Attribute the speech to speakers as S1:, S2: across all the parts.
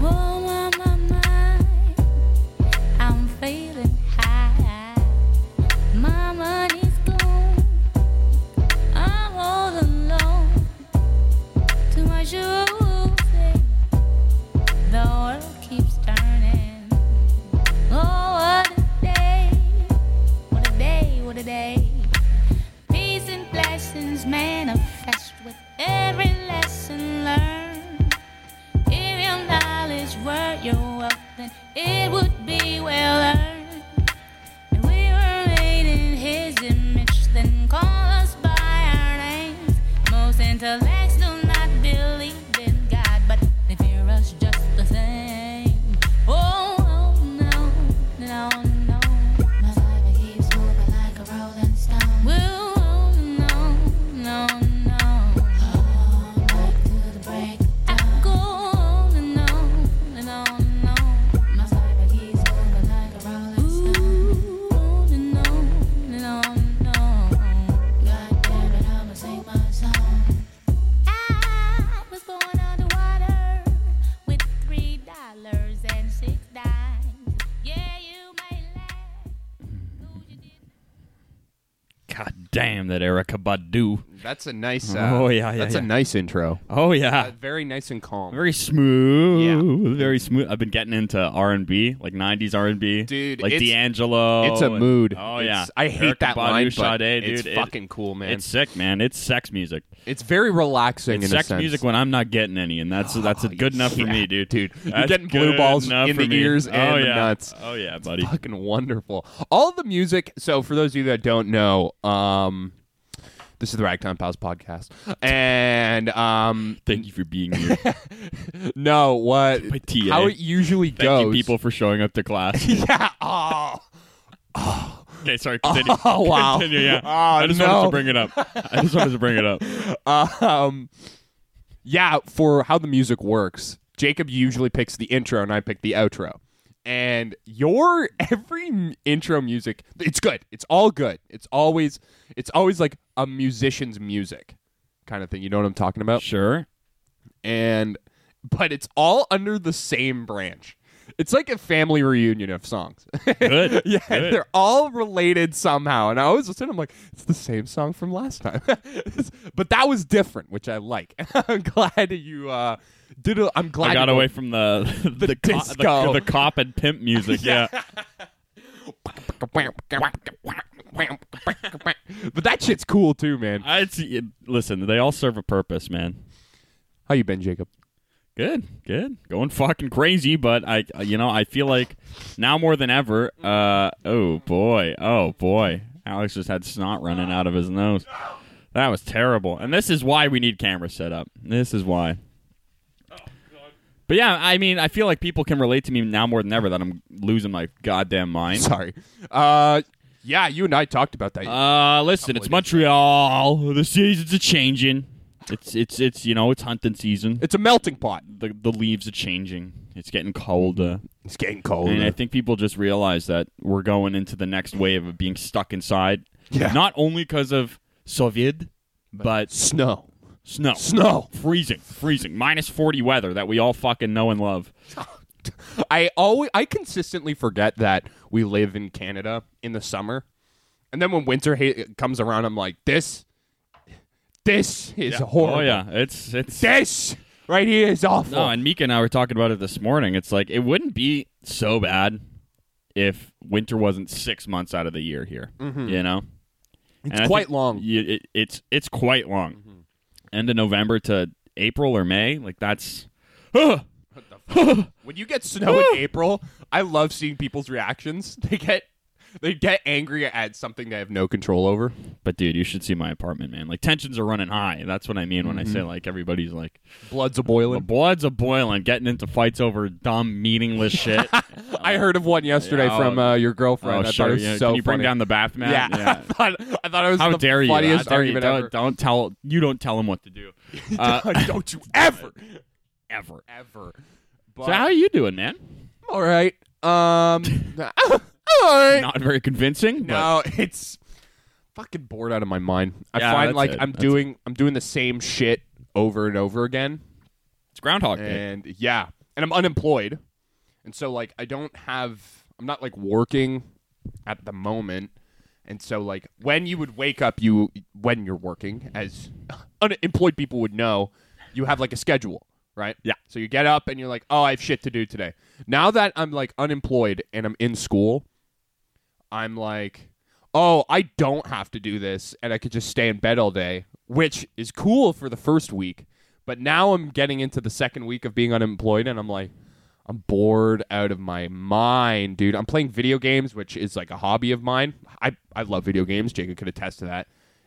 S1: Oh, Oh, Intellects do not believe in God, but they fear us just the same. Oh, oh, no, no, no.
S2: My body keeps moving like a rolling stone.
S1: Well, oh, no, no, no.
S2: Oh, back to the break of
S1: I
S2: dawn.
S1: go on and on and on and on.
S2: My body keeps moving like a rolling stone.
S1: Ooh, on and on and on and on.
S2: God damn it, I'ma sing my song.
S1: I was born underwater with three dollars and six dimes. Yeah, you may laugh. Ooh, you did
S3: God damn that Erica Badu.
S4: That's a nice. Uh,
S3: Oh, yeah, yeah,
S4: That's a
S3: yeah.
S4: nice intro.
S3: Oh yeah.
S4: Uh, very nice and calm.
S3: very smooth. Very smooth. I've been getting into R and B, like nineties R and B.
S4: Dude,
S3: Like
S4: it's-
S3: D'Angelo.
S4: it's a
S3: and-
S4: mood.
S3: Oh
S4: It's-
S3: yeah.
S4: I hate
S3: Erykah
S4: that
S3: Badu,
S4: line. but
S3: Sade, dude.
S4: it's
S3: It-
S4: fucking cool, man.
S3: It's
S4: It's,
S3: sick, man. It's sex music.
S4: very relaxing.
S3: It's
S4: in a
S3: sex
S4: sense. Oh,
S3: music when I'm not getting any, and that's that's good enough for
S4: yeah,
S3: me, dude.
S4: dude. You're
S3: That's
S4: getting blue
S3: good
S4: balls
S3: enough
S4: in
S3: for
S4: the
S3: me.
S4: ears and
S3: oh,
S4: the
S3: yeah.
S4: nuts.
S3: Oh yeah, buddy.
S4: fucking wonderful. All the music. So for those of you that don't know, um, this is the Ragtime Pals podcast, and um,
S3: Thank you for being here.
S4: no, what
S3: My TA.
S4: how it usually
S3: Thank you,
S4: goes,
S3: people, for showing up to class.
S4: Yeah. Oh.
S3: Okay, sorry. Continue.
S4: Oh, wow.
S3: Continue, yeah.
S4: Oh,
S3: I just wanted
S4: no.
S3: to bring it up. I just wanted to bring it up.
S4: um, yeah, for how the music works, Jacob usually picks the intro and I pick the outro. And your every m- intro music, it's good. It's all good. It's always it's always like a musician's music kind of thing. You know what I'm talking about?
S3: Sure.
S4: And but it's all under the same branch. It's like a family reunion of songs.
S3: Good.
S4: Yeah,
S3: Good.
S4: they're all related somehow. And I always listen, I'm like, it's the same song from last time. but that was different, which I like. I'm glad you uh, did it. I'm glad
S3: I got
S4: you-
S3: away from the the the, co- the-
S4: disco.
S3: the cop and pimp music. Yeah.
S4: But that shit's cool too, man.
S3: I it's, it, listen. They all serve a purpose, man.
S4: How you been, Jacob?
S3: Good, good, going fucking crazy. But I, you know, I feel like now more than ever. Uh, oh boy, oh boy, Alex just had snot running out of his nose. That was terrible. And this is why we need cameras set up. This is why. But yeah, I mean, I feel like people can relate to me now more than ever that I'm losing my goddamn mind.
S4: Sorry. Uh, yeah, you and I talked about that.
S3: Uh, listen, it's Montreal. The seasons are changing. It's it's it's you know it's hunting season.
S4: it's a melting pot.
S3: The the leaves are changing. It's getting colder.
S4: It's getting cold.
S3: And I think people just realize that we're going into the next wave of being stuck inside.
S4: Yeah.
S3: Not only because of Soviet, but s-
S4: Snow.
S3: snow.
S4: Snow.
S3: Freezing, freezing, minus 40 weather that we all fucking know and love.
S4: I always I consistently forget that we live in Canada in the summer, and then when winter ha- comes around, I'm like, this, this is horrible.
S3: Oh, yeah. It's, it's,
S4: This right here is awful.
S3: no, and Mika and I were talking about it this morning. It's like, it wouldn't be so bad if winter wasn't six months out of the year here, you know?
S4: Mm-hmm. it's
S3: And I
S4: quite
S3: think
S4: long. Mm-hmm.
S3: You, it, it's it's quite long. End of November to April or May, like that's.
S4: When you get snow in April, I love seeing people's reactions. They get they get angry at something they have no control over.
S3: But dude, you should see my apartment, man. Like tensions are running high. That's what I mean when I
S4: Mm-hmm.
S3: say like everybody's like
S4: Blood's a
S3: the
S4: boiling.
S3: blood's a boiling, getting into fights over dumb, meaningless shit.
S4: I heard of one yesterday
S3: Yeah,
S4: from
S3: oh,
S4: uh, your girlfriend.
S3: oh,
S4: I
S3: sure.
S4: thought it was
S3: yeah.
S4: so
S3: Can you bring
S4: funny.
S3: down the bath mat?
S4: yeah, I thought I thought it was
S3: How
S4: the
S3: dare you? How
S4: funniest
S3: dare you?
S4: argument
S3: Don't,
S4: ever.
S3: don't tell. You don't tell him what to do. Uh,
S4: don't you ever,
S3: ever.
S4: ever.
S3: So how are you doing, man?
S4: All right. Um. all right.
S3: Not very convincing. But
S4: no, it's fucking bored out of my mind. I
S3: Yeah,
S4: find
S3: that's
S4: like
S3: it.
S4: I'm
S3: That's
S4: doing I'm doing the same shit over and over again,
S3: it's Groundhog Day.
S4: and yeah, and I'm unemployed, and so like I don't have I'm not like working at the moment. And so, like, when you would wake up, you when you're working, as unemployed people would know, you have like a schedule, right?
S3: Yeah.
S4: So you get up and you're like, oh, I have shit to do today. Now that I'm like unemployed and I'm in school, I'm like, oh, I don't have to do this and I could just stay in bed all day, which is cool for the first week. But now I'm getting into the second week of being unemployed and I'm like, I'm bored out of my mind, dude. I'm playing video games, which is like a hobby of mine. I, I love video games. Jacob could attest to that.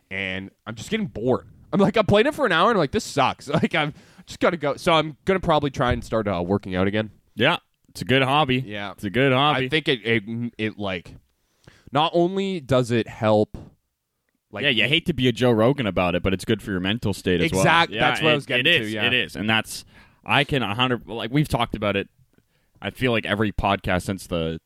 S4: And I'm just getting bored. I'm like, I'm playing it for an hour, and I'm like, this sucks. Like, I'm just gotta go. So I'm gonna probably try and start uh, working out again.
S3: Yeah, it's a good hobby.
S4: Yeah.
S3: it's a good hobby.
S4: I think it, it it like not only does it help, like
S3: yeah, you hate to be a Joe Rogan about it, but it's good for your mental state as well.
S4: Exact-
S3: Yeah,
S4: that's what I
S3: it-
S4: was getting
S3: it
S4: to,
S3: is,
S4: yeah.
S3: it is, and that's I can a hundred like we've talked about it. I feel like every podcast since the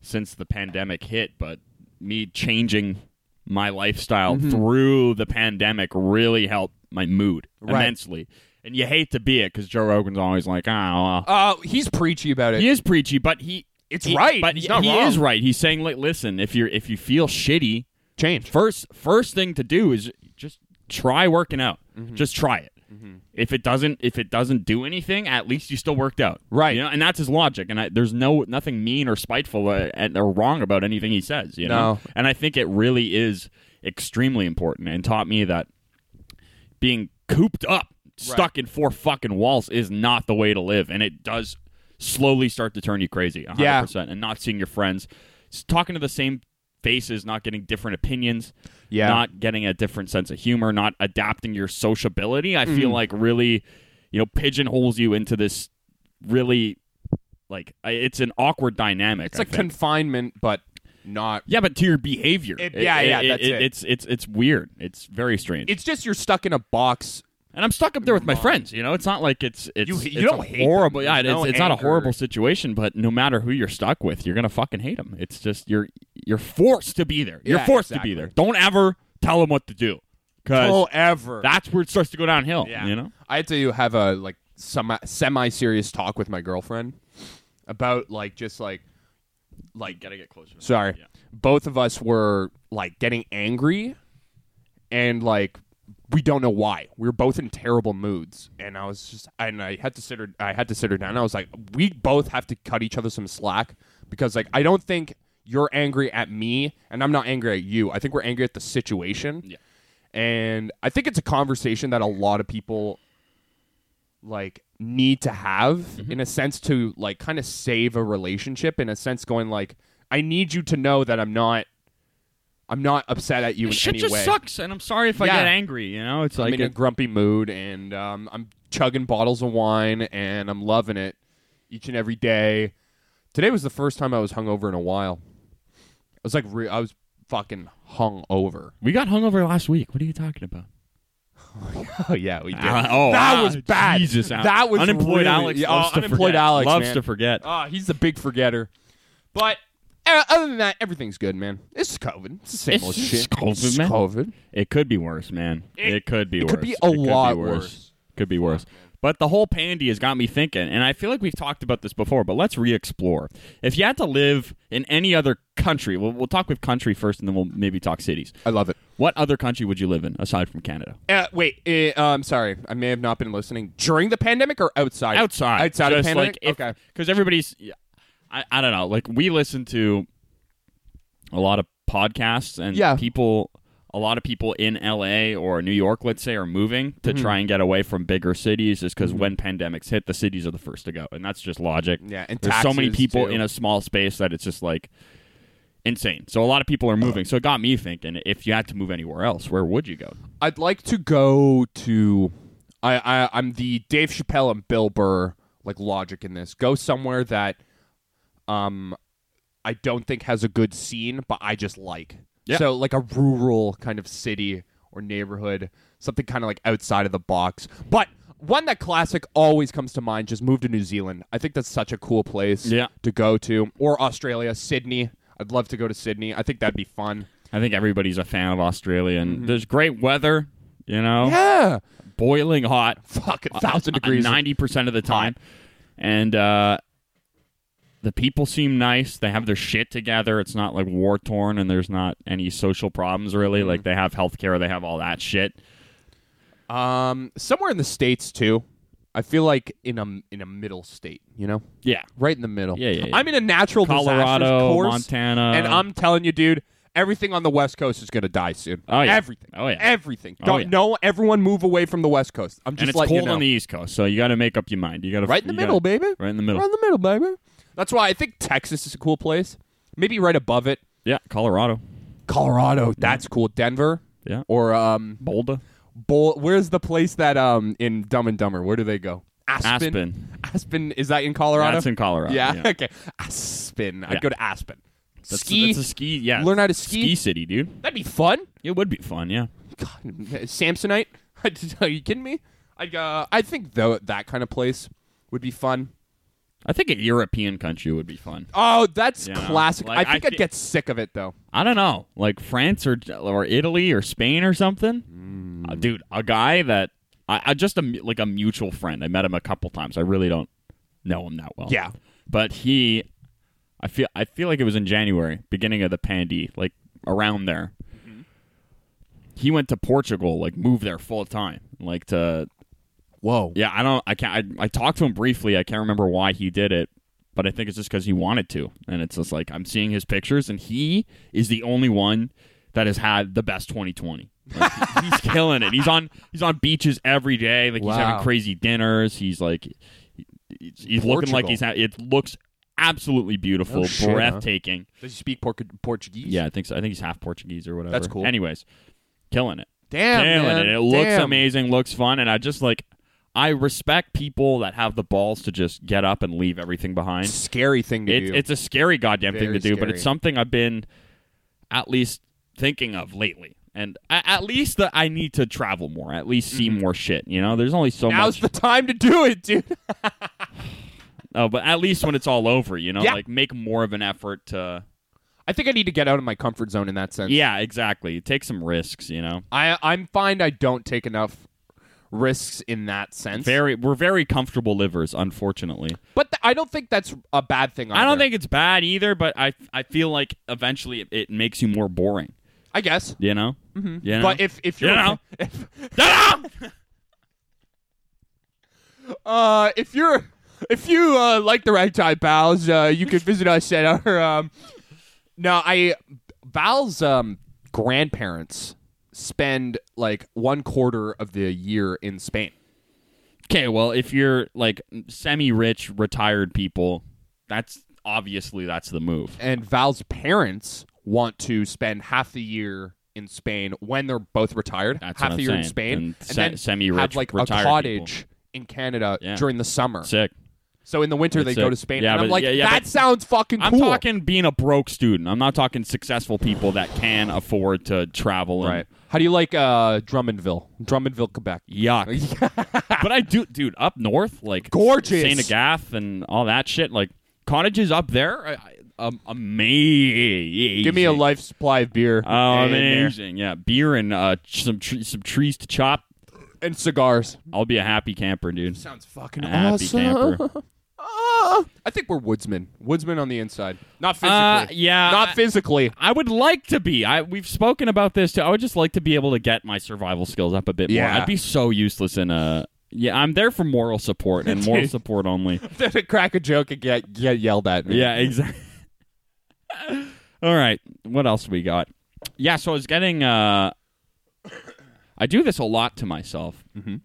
S3: since the pandemic hit, but me changing my lifestyle
S4: Mm-hmm.
S3: through the pandemic really helped my mood
S4: Right.
S3: immensely. And you hate to be it because Joe Rogan's always like, ah, well,
S4: Uh, he's preachy about it.
S3: he is preachy, but he
S4: It's
S3: he-
S4: right.
S3: But
S4: He's
S3: he-
S4: not
S3: he
S4: wrong.
S3: is right. He's saying like, listen, if you're if you feel shitty,
S4: Change.
S3: first first thing to do is just try working out.
S4: Mm-hmm.
S3: Just try it. If it doesn't if it doesn't do anything, at least you still worked out,
S4: Right.
S3: You know, and that's his logic. And I, there's no nothing mean or spiteful uh, and or wrong about anything he says. You know,
S4: No.
S3: and I think it really is extremely important and taught me that being cooped up, stuck in four fucking walls is not the way to live. And it does slowly start to turn you crazy. 100%.
S4: Yeah.
S3: And not seeing your friends, s- talking to the same faces, not getting different opinions,
S4: Yeah.
S3: not getting a different sense of humor, not adapting your sociability. I
S4: Mm.
S3: feel like really, you know, pigeonholes you into this really, like, I- it's an awkward dynamic.
S4: It's
S3: I
S4: like
S3: think.
S4: confinement, but not.
S3: yeah, but to your behavior,
S4: It- yeah, yeah, that's it.
S3: It's it's it's weird. It's very strange.
S4: It's just you're stuck in a box.
S3: And I'm stuck up there with my friends. You know, it's not like it's it's
S4: You- you
S3: it's
S4: don't
S3: a
S4: hate
S3: horrible.
S4: them.
S3: Yeah,
S4: There's
S3: it's,
S4: no
S3: it's not a
S4: anger.
S3: horrible situation, but no matter who you're stuck with, you're gonna fucking hate them. It's just you're you're forced to be there. You're
S4: Yeah,
S3: forced
S4: exactly.
S3: to be there. Don't ever tell them what to do, because
S4: Oh, ever.
S3: that's where it starts to go downhill.
S4: Yeah.
S3: Uh, You know,
S4: I had to have a like semi semi serious talk with my girlfriend about like just like like
S3: gotta get closer.
S4: sorry.
S3: Yeah.
S4: Both of us were like getting angry and like we don't know why. We were both in terrible moods and I was just and I had to sit her I had to sit her down. I was like we both have to cut each other some slack because like I don't think you're angry at me and I'm not angry at you. I think we're angry at the situation.
S3: Yeah.
S4: And I think it's a conversation that a lot of people like need to have
S3: Mm-hmm.
S4: in a sense to like kind of save a relationship in a sense going like I need you to know that I'm not I'm not upset at you in
S3: Shit
S4: any
S3: just
S4: way.
S3: sucks, and I'm sorry if I
S4: Yeah.
S3: get angry. You know, it's like
S4: I'm in a
S3: it-
S4: grumpy mood and um, I'm chugging bottles of wine and I'm loving it each and every day. Today was the first time I was hungover in a while. I was like re- I was fucking hungover.
S3: we got hungover last week. What are you talking about?
S4: Oh yeah, we did.
S3: Ah, oh,
S4: that
S3: ah,
S4: was bad.
S3: Jesus, Al-
S4: that was
S3: unemployed
S4: really-
S3: Alex.
S4: Yeah,
S3: loves
S4: oh,
S3: to
S4: unemployed
S3: forget.
S4: Alex
S3: loves
S4: man.
S3: to forget.
S4: Ah, he's the big forgetter. But uh, other than that, everything's good, man. It's COVID. It's the same
S3: It's
S4: old
S3: just
S4: shit.
S3: COVID,
S4: It's
S3: man.
S4: COVID.
S3: It could be worse, man.
S4: It-
S3: It, could be
S4: it
S3: worse.
S4: could be a lot worse.
S3: Could be worse. But the whole pandy has got me thinking, and I feel like we've talked about this before, but let's re explore. If you had to live in any other country, we'll, we'll talk with country first and then we'll maybe talk cities.
S4: I love it.
S3: What other country would you live in aside from Canada?
S4: Uh, wait, eh, uh, I'm sorry. I may have not been listening during the pandemic or outside.
S3: Outside.
S4: outside of
S3: Just
S4: the pandemic.
S3: Like if,
S4: okay,
S3: Because everybody's, I, I don't know, like we listen to a lot of podcasts and
S4: Yeah.
S3: people. A lot of people in LA or New York, let's say, are moving to
S4: Mm-hmm.
S3: try and get away from bigger cities just because when pandemics hit, the cities are the first to go. And that's just logic.
S4: Yeah, and
S3: There's so many
S4: taxes,
S3: people
S4: too.
S3: in a small space that it's just like insane. So a lot of people are moving. So it got me thinking if you had to move anywhere else, where would you go?
S4: I'd like to go to. I, I I'm the Dave Chappelle and Bill Burr like logic in this. Go somewhere that, um, I don't think has a good scene, but I just like.
S3: Yeah.
S4: So like a rural kind of city or neighborhood, something kind of like outside of the box, but. One that classic always comes to mind. Just move to New Zealand. I think that's such a cool place
S3: Yeah.
S4: to go to, or Australia, Sydney. I'd love to go to Sydney. I think that'd be fun.
S3: I think everybody's a fan of Australia. And there's great weather, you know,
S4: Mm-hmm. Yeah,
S3: boiling hot.
S4: Um, fuck, a thousand degrees.
S3: ninety percent of the time, and uh, the people seem nice. They have their shit together. It's not like war torn, and there's not any social problems really.
S4: Mm-hmm.
S3: Like they have healthcare, they have all that shit.
S4: Um, somewhere in the states too. I feel like in a in a middle state, you know,
S3: Yeah,
S4: right in the middle.
S3: Yeah, yeah, yeah.
S4: I'm in a natural disasters
S3: Colorado,
S4: course,
S3: Montana,
S4: and I'm telling you, dude, everything on the West Coast is gonna die soon.
S3: Oh, yeah.
S4: everything.
S3: Oh, yeah.
S4: everything.
S3: Oh,
S4: Don't
S3: yeah.
S4: no, everyone move away from the West Coast. I'm just
S3: and it's cold
S4: letting you know.
S3: on the East Coast, so you got to make up your mind. You got to
S4: right in the middle, baby.
S3: Right in the middle.
S4: Right in the middle, baby. That's why I think Texas is a cool place. Maybe right above it,
S3: Yeah, Colorado,
S4: Colorado. That's cool. Denver
S3: Yeah.
S4: or um
S3: Boulder.
S4: Bull, where's the place that um in Dumb and Dumber? Where do they go? Aspen.
S3: Aspen.
S4: Aspen, is that in Colorado?
S3: That's in Colorado.
S4: yeah.
S3: yeah.
S4: Okay. Aspen.
S3: Yeah.
S4: I'd go to Aspen.
S3: That's,
S4: ski.
S3: that's a ski. Yeah,
S4: Learn how to ski?
S3: Ski city, dude.
S4: That'd be fun.
S3: It would be fun. Yeah.
S4: God, Samsonite. Are you kidding me? I uh, I think though that kind of place would be fun.
S3: I think a European country would be fun.
S4: Oh, that's
S3: Yeah.
S4: classic.
S3: Like,
S4: I think
S3: I
S4: I
S3: thi-
S4: would get sick of it though.
S3: I don't know, like France or or Italy or Spain or something. Uh, dude, a guy that I, I just a, mu- like a mutual friend. I met him a couple times. I really don't know him that well.
S4: Yeah.
S3: but he, I feel I feel like it was in January, beginning of the pandy, like around there. He went to Portugal, like moved there full time, like to
S4: Whoa.
S3: yeah. I don't. I can't. I, I talked to him briefly. I can't remember why he did it, but I think it's just because he wanted to. And it's just like I'm seeing his pictures, and he is the only one that has had the best 2020. Like, he- he's killing it. He's on. He's on beaches every day. Like he's having
S4: Wow.
S3: crazy dinners. He's like. he- He's, he's looking like
S4: Portugal.
S3: he's. Ha- it looks absolutely beautiful,
S4: No shit, huh?
S3: breathtaking.
S4: Does he speak Por- Portuguese?
S3: Yeah, I think so. I think he's half Portuguese or whatever.
S4: That's cool.
S3: Anyways, killing it
S4: Damn.
S3: killing
S4: man.
S3: it. It looks
S4: Damn.
S3: amazing, looks fun, and I just like I respect people that have the balls to just get up and leave everything behind.
S4: Scary thing to
S3: It,
S4: do.
S3: it's a scary goddamn thing
S4: Very
S3: to do, but it's
S4: scary.
S3: something I've been at least thinking of lately. And a- at least that I need to travel more, at least see more shit. You know, there's only so
S4: Mm-hmm. Now's
S3: much.
S4: the time to do it, dude.
S3: oh, but at least when it's all over, you know,
S4: Yeah.
S3: like make more of an effort to.
S4: I think I need to get out of my comfort zone in that sense.
S3: Yeah, exactly. Take some risks, you know.
S4: I I'm find I don't take enough risks in that sense.
S3: Very, we're very comfortable livers, unfortunately.
S4: But th- I don't think that's a bad thing.
S3: I don't
S4: either.
S3: think it's bad either, but I I feel like eventually it, it makes you more boring.
S4: I guess.
S3: You know. Mm-hmm. You know? Ah!
S4: But if if
S3: You
S4: you're
S3: know.
S4: if,
S3: Ta-da!
S4: uh if you're if you uh, like the ragtime pals, uh, you can visit us at our um. No, I Val's um grandparents spend like one quarter of the year in Spain.
S3: okay, well, if you're like semi-rich retired people, that's obviously that's the move.
S4: and Val's parents want to spend half the year in Spain when they're both retired.
S3: That's
S4: half
S3: what
S4: the
S3: I'm
S4: year in
S3: saying.
S4: Spain,
S3: And
S4: and
S3: se-
S4: then
S3: semi-rich
S4: have like a
S3: retired
S4: cottage in Canada
S3: Yeah.
S4: during the summer.
S3: Sick.
S4: So in the winter they
S3: That's
S4: go
S3: it.
S4: to Spain.
S3: Yeah,
S4: and I'm
S3: but-
S4: like,
S3: yeah, yeah,
S4: that
S3: but-
S4: sounds fucking
S3: I'm
S4: cool.
S3: talking being a broke student. I'm not talking successful people that can afford to travel. And,
S4: right. How do you like uh, Drummondville, Drummondville, Quebec?
S3: Yuck. but I do, dude, up north, like
S4: Gorgeous.
S3: Saint Agath and all that shit. Like cottages up there, I, I, um, amazing.
S4: Give me a life supply of beer. uh,
S3: Oh,
S4: in there.
S3: amazing! Yeah, beer and uh, ch- some tre- some trees to chop.
S4: and cigars.
S3: I'll be a happy camper, dude.
S4: Sounds fucking
S3: Happy
S4: awesome.
S3: camper.
S4: Ah, I think we're woodsmen. Woodsmen on the inside, not physically.
S3: Uh, yeah,
S4: not
S3: I-
S4: physically.
S3: I would like to be. I we've spoken about this too. I would just like to be able to get my survival skills up a bit
S4: Yeah.
S3: more. I'd be so useless in a. Yeah, I'm there for moral support and moral
S4: Dude.
S3: support only.
S4: to crack a joke and get get yelled at.
S3: Yeah, exactly. All right, what else we got? Yeah, so I was getting. Uh, I do this a lot to myself, and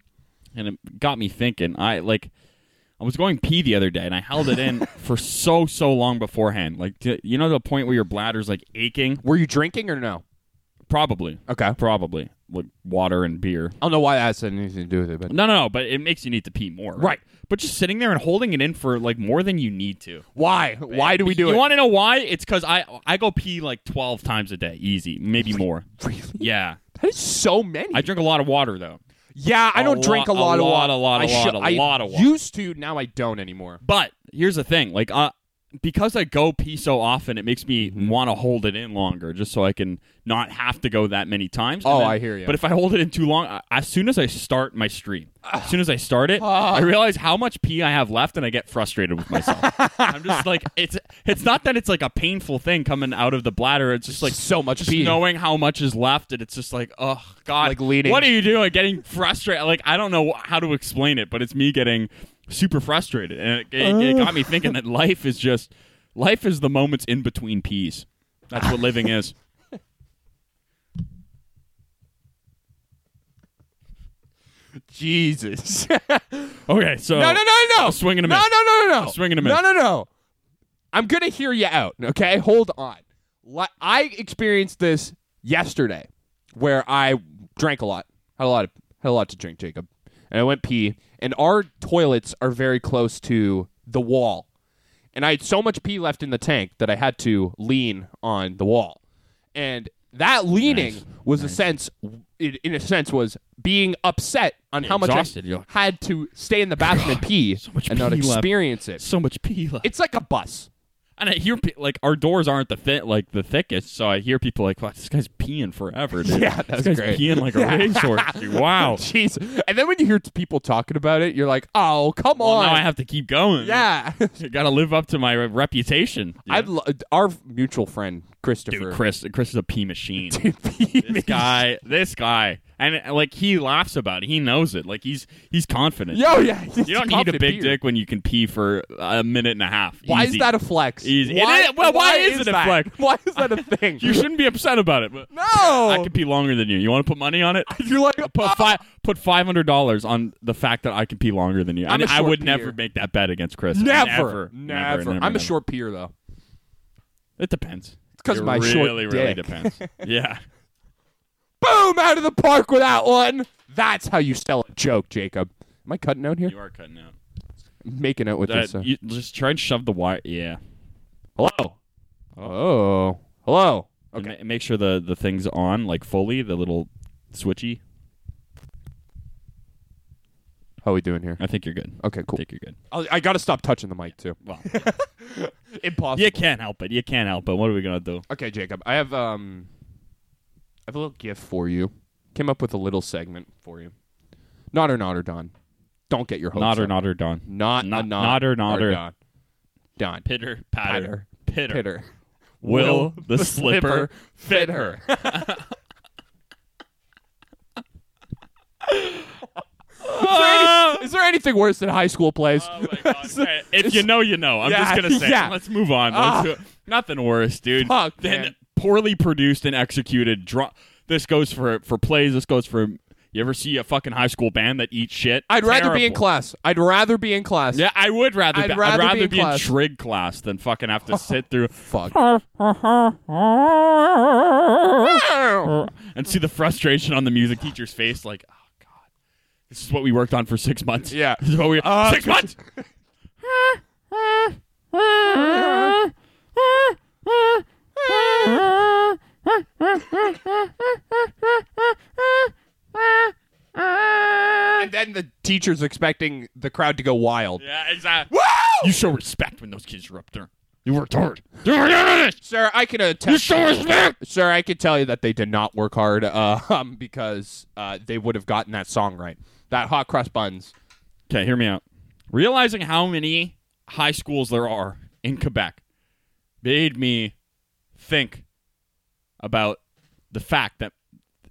S3: it got me thinking. I like, I was going pee the other day, and I held it in for so so long beforehand. Like, to, you know, the point where your bladder's like aching.
S4: Were you drinking or no?
S3: Probably,
S4: Okay. I
S3: probably like water and beer.
S4: don't know why that had anything to do with it, but
S3: No, no, no, but it makes you need to pee more,
S4: Right.
S3: But just sitting there and holding it in for like more than you need to.
S4: why? Why do we do
S3: you
S4: it?
S3: want to know why? It's because I I go pee like twelve times a day, easy, maybe more.
S4: Really?
S3: Yeah,
S4: That is so many.
S3: I drink a lot of water though,
S4: yeah, I
S3: a
S4: don't drink a
S3: lot- a lot,
S4: lot of water.
S3: a lot, a
S4: I
S3: lot,
S4: should-
S3: a
S4: I
S3: lot of water.
S4: Used to, now I don't anymore.
S3: but here's the thing: like, uh, because I go pee so often, it makes me
S4: Mm-hmm.
S3: want to hold it in longer, just so I can not have to go that many times. And
S4: Oh,
S3: then-
S4: I hear ya.
S3: But if I hold it in too long, I, as soon as I start my stream, as soon as I start it,
S4: Ah.
S3: I realize how much pee I have left, and I get frustrated with myself. I'm just like, it's it's not that it's like a painful thing coming out of the bladder. It's just like
S4: so much
S3: just
S4: pee.
S3: knowing how much is left, and it's just like, oh god,
S4: Like leading.
S3: What are you doing? Getting frustrated? Like I don't know how to explain it, but it's me getting super frustrated, and it, it, it got me thinking that life is just life is the moments in between peas. That's what living is.
S4: Jesus.
S3: Okay, so
S4: no, no, no, no.
S3: A swing and a
S4: no,
S3: miss.
S4: No, no, no, no.
S3: A swing and a
S4: No,
S3: miss.
S4: no, no. I'm gonna hear you out. Okay, hold on. Li- I experienced this yesterday, where I drank a lot, had a lot of Had a lot to drink, Jacob. And I went pee. And our toilets are very close to the wall. And I had so much pee left in the tank that I had to lean on the wall. And that leaning
S3: Nice.
S4: was a sense, it, in a sense, was being upset on how
S3: Exhausted,
S4: much
S3: you're
S4: I had to stay in the bathroom and pee
S3: much
S4: and not
S3: pee left.
S4: experience it.
S3: So much pee left.
S4: It's like a bus.
S3: and I hear pe- like our doors aren't the thi- like the thickest, so I hear people like, "Wow, this guy's peeing forever, dude.
S4: Yeah, that's
S3: this guy's
S4: great.
S3: peeing like a racehorse. dude. Wow."
S4: Jeez. And then when you hear t- people talking about it, you're like, oh, come
S3: Well,
S4: on.
S3: now I have to keep going.
S4: yeah.
S3: got to live up to my re- reputation. dude.
S4: I'd lo- uh, our mutual friend, Christopher.
S3: dude, Chris, Chris is a pee machine.
S4: this
S3: this guy, this guy, and uh, like he laughs about it. He knows it. Like he's he's confident.
S4: Yo, yeah. he's
S3: you don't need a
S4: confident
S3: big
S4: peer.
S3: dick when you can pee for a minute and a half.
S4: Why
S3: Easy.
S4: is that a flex?
S3: Easy. It
S4: Why,
S3: is- well, why is it a
S4: that?
S3: flex?
S4: Why is that a thing?
S3: you shouldn't be upset about it. But
S4: no.
S3: I can pee longer than you. You want to put money on it?
S4: You're like,
S3: Put
S4: "Ah."
S3: five put five hundred dollars on the fact that I can pee longer than you.
S4: I'm
S3: And
S4: a
S3: I
S4: short
S3: would
S4: peer.
S3: never make that bet against Chris. Never.
S4: Never. Never.
S3: never,
S4: I'm a
S3: never.
S4: short peer, though.
S3: It depends.
S4: 'cause
S3: It
S4: of my
S3: really,
S4: short
S3: really
S4: dick.
S3: depends. yeah.
S4: Boom! Out of the park with that one. That's how you sell a joke, Jacob. Am I cutting out here?
S3: You are cutting out.
S4: Making out with
S3: That-
S4: this. uh,
S3: you- just try and shove the wire. Yeah.
S4: Hello. Oh. Hello.
S3: And
S4: Okay.
S3: ma- make sure the the thing's on like fully. The little switchy.
S4: How are we doing here?
S3: I think you're good.
S4: Okay,
S3: I
S4: cool.
S3: think you're good.
S4: I, I got to stop touching the mic too.
S3: Well,
S4: Impossible.
S3: you can't help it. You can't help it. What are we gonna do?
S4: Okay, Jacob. I have um, I have a little gift for you. Came up with a little segment for you. Not or not or Don. Don't get your hopes
S3: Nodder,
S4: up.
S3: nodder, don.
S4: Not
S3: Not-
S4: a
S3: not or not or-
S4: Don. Don.
S3: Pitter, patter, pitter.
S4: Pitter.
S3: Will the slipper fit her?
S4: Is there anything worse than high school plays?
S3: Oh Okay, if you know, you know. I'm
S4: Yeah,
S3: just gonna say. it.
S4: yeah.
S3: Let's move on.
S4: Ah.
S3: Let's do- nothing worse, dude.
S4: Fuck,
S3: than
S4: man.
S3: poorly produced and executed. Dr- this goes for for plays. This goes for. You ever see a fucking high school band that eats shit?
S4: I'd rather be in
S3: Terrible.
S4: class. I'd rather be in class.
S3: Yeah, I would rather.
S4: I'd
S3: be,
S4: rather
S3: I'd
S4: be
S3: rather
S4: in
S3: be, in,
S4: class.
S3: trig class than fucking have to sit through
S4: Fuck.
S3: and see the frustration on the music teacher's face. Like, oh god, this is what we worked on for six months.
S4: Yeah. Uh,
S3: this is what we six months.
S4: And then the teacher's expecting the crowd to go wild.
S3: Yeah, exactly.
S4: Woo!
S3: You show respect when those kids are up there. You worked hard. You worked hard on this.
S4: Sir, I can
S3: You
S4: attest.
S3: show respect.
S4: Sir, I can tell you that they did not work hard uh, um, because uh, they would have gotten that song right. That hot cross buns.
S3: Okay, hear me out. Realizing how many high schools there are in Quebec made me think about the fact that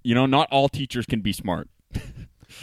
S3: you know not all teachers can be smart.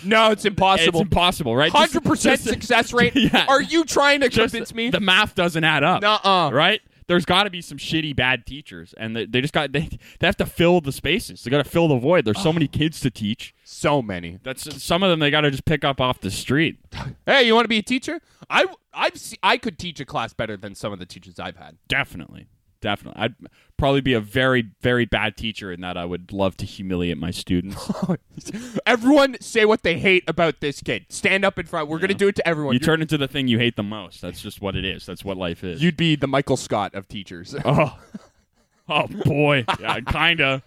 S4: No, it's impossible.
S3: It's impossible, right? Just-
S4: Hundred percent
S3: just-
S4: success rate.
S3: Yeah.
S4: Are you trying to
S3: just
S4: convince me?
S3: The math doesn't add up.
S4: Nuh-uh.
S3: Right? There's got to be some shitty bad teachers, and they, they just got they, they have to fill the spaces. They got to fill the void. There's so many kids to teach.
S4: so many.
S3: That's some of them they got to just pick up off the street.
S4: Hey, you want to be a teacher? I I've se- I could teach a class better than some of the teachers I've had.
S3: Definitely. Definitely. I'd probably be a very, very bad teacher in that I would love to humiliate my students.
S4: everyone say what they hate about this kid. Stand up in front. We're gonna do it to everyone.
S3: you
S4: You're-
S3: turn into the thing you hate the most. That's just what it is. That's what life is.
S4: You'd be the Michael Scott of teachers.
S3: oh. Oh boy. Yeah, kinda.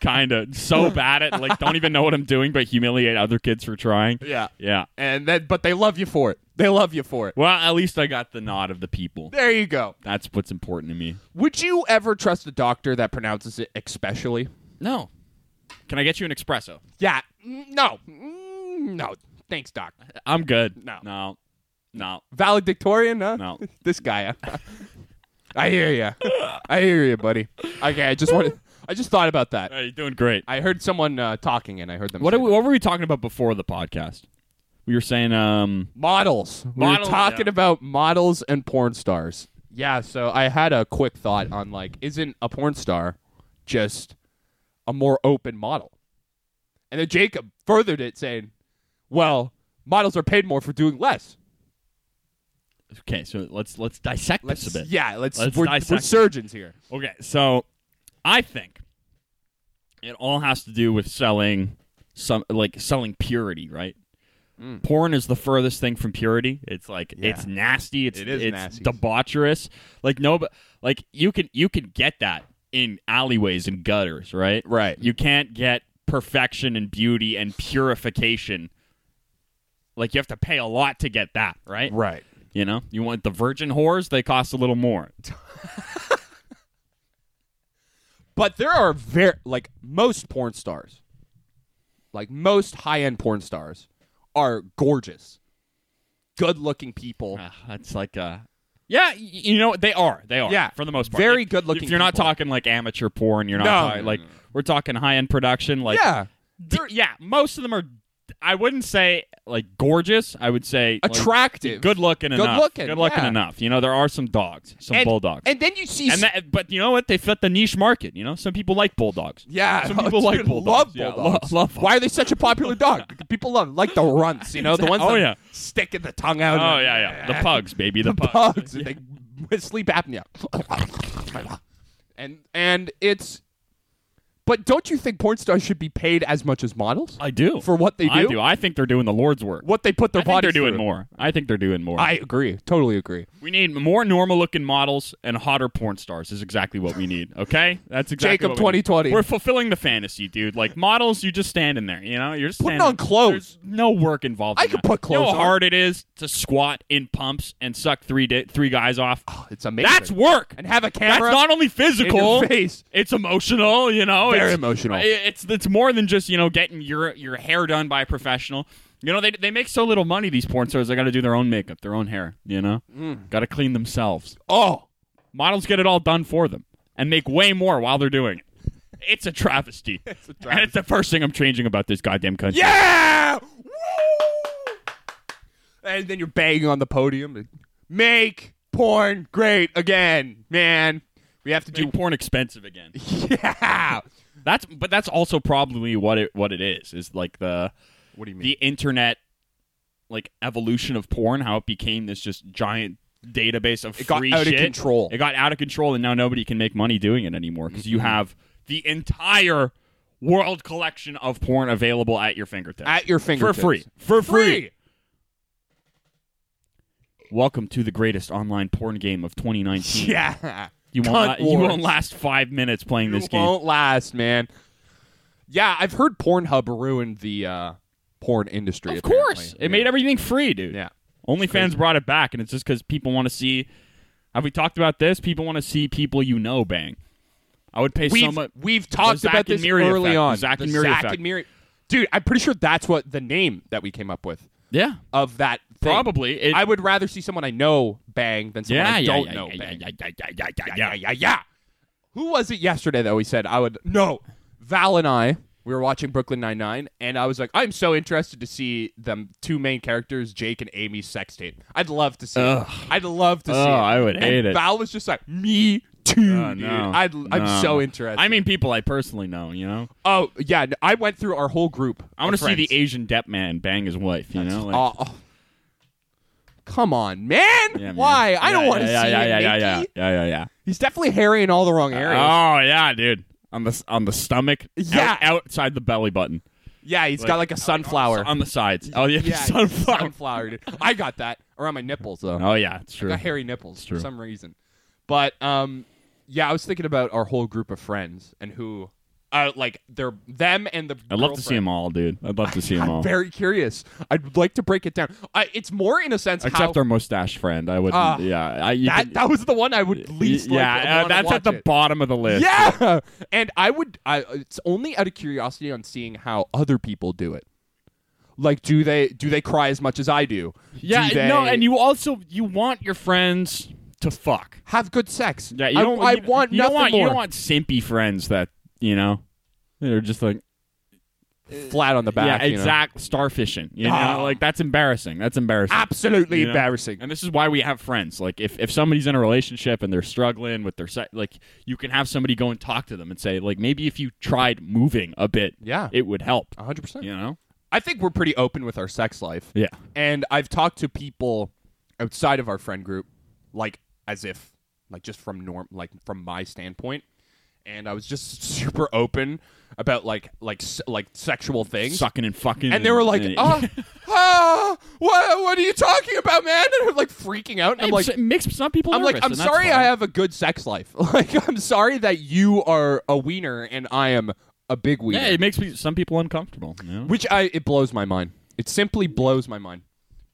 S3: Kinda. So bad at like don't even know what I'm doing but humiliate other kids for trying.
S4: yeah.
S3: Yeah.
S4: And then, but they love you for it. They love you for it.
S3: Well, at least I got the nod of the people.
S4: There you go.
S3: That's what's important to me.
S4: Would you ever trust a doctor that pronounces it especially?
S3: No. Can I get you an espresso?
S4: Yeah. Mm, No. Mm, No. Thanks, doc.
S3: I'm good.
S4: No.
S3: No. No.
S4: Valedictorian? Huh?
S3: No.
S4: this guy. huh? I hear you. I hear you, buddy. Okay, I just wanted. I just thought about that.
S3: Hey, you're doing great.
S4: I heard someone uh, talking, and I heard them.
S3: What,
S4: say
S3: are we,
S4: that.
S3: what were we talking about before the podcast? We were saying, um,
S4: models? We
S3: Models,
S4: are talking
S3: yeah.
S4: about models and porn stars. Yeah. So I had a quick thought on like, isn't a porn star just a more open model? And then Jacob furthered it, saying, "Well, models are paid more for doing less."
S3: okay, so let's let's dissect
S4: Let's
S3: this a bit.
S4: yeah, let's,
S3: Let's
S4: we're,
S3: dissect
S4: we're
S3: it.
S4: surgeons here.
S3: Okay, so I think it all has to do with selling some like selling purity, right? Porn is the furthest thing from purity. It's like
S4: Mm. Yeah.
S3: it's nasty. It's
S4: It is
S3: it's
S4: nasty.
S3: debaucherous. Like no, but like you can you can get that in alleyways and gutters, right?
S4: Right.
S3: You can't get perfection and beauty and purification. Like you have to pay a lot to get that, right?
S4: Right.
S3: You know, you want the virgin whores; they cost a little more.
S4: But there are very like most porn stars, like most high end porn stars, are gorgeous, good looking people.
S3: Uh, it's like uh yeah, y- you know they are. They are.
S4: Yeah.
S3: for the most part,
S4: Very
S3: If-
S4: good-looking
S3: If you're not
S4: people.
S3: talking like amateur porn, you're not
S4: No,
S3: talking,
S4: no, no,
S3: like
S4: no.
S3: we're talking high end production. Like
S4: yeah,
S3: d- yeah, most of them are. I wouldn't say like gorgeous. I would say like,
S4: attractive,
S3: good looking
S4: Good
S3: enough.
S4: looking,
S3: good looking
S4: yeah.
S3: enough. You know there are some dogs, some
S4: and,
S3: bulldogs,
S4: And then you see,
S3: And that, but you know what? They fit the niche market. You know, some people like bulldogs.
S4: yeah,
S3: some people like
S4: dude,
S3: bulldogs. Yeah,
S4: Love
S3: lo-
S4: bulldogs.
S3: love
S4: Why are they such a popular dog? People love like the runts, you know, the ones
S3: Oh,
S4: that
S3: yeah.
S4: stick in the tongue out.
S3: Oh yeah, yeah. The pugs, baby. The, pugs.
S4: bugs. and They sleep apnea. and and it's. But don't you think porn stars should be paid as much as models?
S3: I do
S4: For what they
S3: I
S4: do?
S3: do. I think they're doing the Lord's work.
S4: what they put their
S3: I think
S4: bodies
S3: they're doing
S4: through.
S3: more. I think they're doing more.
S4: I agree. Totally agree.
S3: We need more normal looking models and hotter porn stars is exactly what we need. Okay? That's exactly
S4: Jacob
S3: what we need.
S4: 2020.
S3: We're fulfilling the fantasy, dude. Like models, you just stand in there, you know? You're just
S4: Putting
S3: standing-
S4: on clothes.
S3: There's no work involved.
S4: I
S3: in
S4: could
S3: that.
S4: put
S3: You know
S4: clothes
S3: how
S4: on.
S3: hard it is to squat in pumps and suck three di- three guys off.
S4: It's Oh, amazing.
S3: That's work.
S4: and have a
S3: That's
S4: camera.
S3: not only physical.
S4: your face.
S3: It's emotional, you know.
S4: Very
S3: it's,
S4: emotional.
S3: I- It's it's more than just you know getting your your hair done by a professional. You know they they make so little money these porn stars. They got to do their own makeup, their own hair. You know,
S4: Mm.
S3: got to clean themselves.
S4: oh,
S3: Models get it all done for them and make way more while they're doing it. It's a travesty. it's
S4: a
S3: And it's the first thing I'm changing about this goddamn country.
S4: yeah! Woo! And then you're banging on the podium. Make porn great again, man. We have to do.
S3: Do porn expensive again.
S4: yeah.
S3: That's but that's also probably what it what it is. Is like the
S4: What do you
S3: the internet like evolution of porn, how it became this just giant database of
S4: It got
S3: free
S4: out of
S3: shit.
S4: control. Mm-hmm.
S3: It got out of control, and now nobody can make money doing it anymore because you have the entire world collection of porn available at your fingertips
S4: At your
S3: for
S4: fingertips
S3: free. For free. Welcome to the greatest online porn game of 2019.
S4: Yeah.
S3: You won't,
S4: Cunt
S3: la- you
S4: wars.
S3: won't last five minutes playing
S4: It
S3: this game.
S4: won't last, man. Yeah, I've heard Pornhub ruined the uh, porn industry.
S3: Of
S4: apparently.
S3: course,
S4: Yeah.
S3: it made everything free, dude.
S4: Yeah.
S3: OnlyFans brought it back, and it's just because people want to see. Have we talked about this? People want to see people you know bang. I would pay so
S4: We've,
S3: much.
S4: we've
S3: The
S4: talked
S3: Zack
S4: about
S3: and
S4: this
S3: Miri
S4: early
S3: effect.
S4: on.
S3: The Zack
S4: The
S3: and Miri
S4: Zack
S3: effect.
S4: and Miri- Dude, I'm pretty sure that's what the name that we came up with
S3: Yeah,
S4: of that thing.
S3: probably. It, Uh,
S4: I would rather see someone I know bang than someone
S3: yeah,
S4: I
S3: yeah,
S4: don't
S3: yeah,
S4: know
S3: yeah,
S4: bang.
S3: yeah, yeah, yeah, yeah, yeah,
S4: yeah,
S3: yeah,
S4: yeah, yeah. Who was it yesterday that we said I would? No, Val and I. We were watching Brooklyn Nine Nine, and I was like, I'm so interested to see them two main characters, Jake and Amy, sextate. I'd love to see.
S3: Ugh.
S4: It. I'd love to see.
S3: Oh,
S4: it.
S3: I would
S4: And
S3: hate it.
S4: Val was just like, me too,
S3: Oh,
S4: Mm, dude.
S3: no.
S4: I'd,
S3: No.
S4: I'm so interested.
S3: I mean, people I personally know. You know,
S4: oh yeah, no, I went through our whole group.
S3: I want to see the Asian dep man bang his wife. You know, like,
S4: Oh, oh. Come on, man!
S3: yeah, man.
S4: Why? I
S3: Yeah,
S4: don't want to
S3: yeah,
S4: see
S3: yeah,
S4: it,
S3: yeah, yeah,
S4: Nikki.
S3: yeah, yeah, yeah, yeah.
S4: He's definitely hairy in all the wrong areas.
S3: Oh yeah, dude. On the s- on the stomach,
S4: Yeah.
S3: out, outside the belly button,
S4: yeah, he's got like a sunflower.
S3: on the sides. Oh yeah,
S4: Yeah,
S3: sunflower.
S4: sunflower, dude. I got that around my nipples though.
S3: Oh yeah, it's
S4: I
S3: true.
S4: got hairy nipples for
S3: true.
S4: some reason. But um, yeah, I was thinking about our whole group of friends and who, uh, like they're them and the.
S3: I'd love to see them all, dude. I'd love to see them all.
S4: I'm very curious. I'd like to break it down. I, it's more in a sense
S3: Except
S4: how
S3: our mustache friend. I would.
S4: Ah,
S3: not yeah, I, you
S4: that
S3: can-
S4: that was the one I would least. like,
S3: yeah, uh,
S4: wanna
S3: that's
S4: watch
S3: at the
S4: it.
S3: bottom of the list.
S4: Yeah, and I would. I it's only out of curiosity on seeing how other people do it. Like, do they do they cry as much as I do?
S3: yeah.
S4: Do they
S3: No, and you also you want your friends to fuck.
S4: have good sex.
S3: Yeah, you
S4: I,
S3: don't.
S4: I
S3: you,
S4: want
S3: you
S4: nothing
S3: don't want,
S4: more.
S3: You don't want simpy friends that you know. They're just like
S4: flat on the back.
S3: yeah,
S4: you know?
S3: exact starfishing. You
S4: Ah.
S3: know, like that's embarrassing. That's embarrassing.
S4: Absolutely
S3: You know?
S4: embarrassing.
S3: And this is why we have friends. Like if, if somebody's in a relationship and they're struggling with their se- like you can have somebody go and talk to them and say like maybe if you tried moving a bit,
S4: Yeah. Uh,
S3: it would help.
S4: One hundred percent.
S3: You know?
S4: I think we're pretty open with our sex life.
S3: Yeah.
S4: And I've talked to people outside of our friend group, like as if, like just from norm, like from my standpoint, and I was just super open about like like s- like sexual things.
S3: sucking and fucking.
S4: and they were like, "Ah, ah, what, what are you talking about, man?" And I'm like freaking out. And I'm like,
S3: it makes some people.
S4: I'm like,
S3: nervous,
S4: I'm
S3: and that's
S4: sorry
S3: fine.
S4: I have a good sex life. Like, I'm sorry that you are a wiener and I am a big wiener.
S3: Yeah, it makes me, some people uncomfortable. you know?
S4: which I it blows my mind. It simply blows my mind.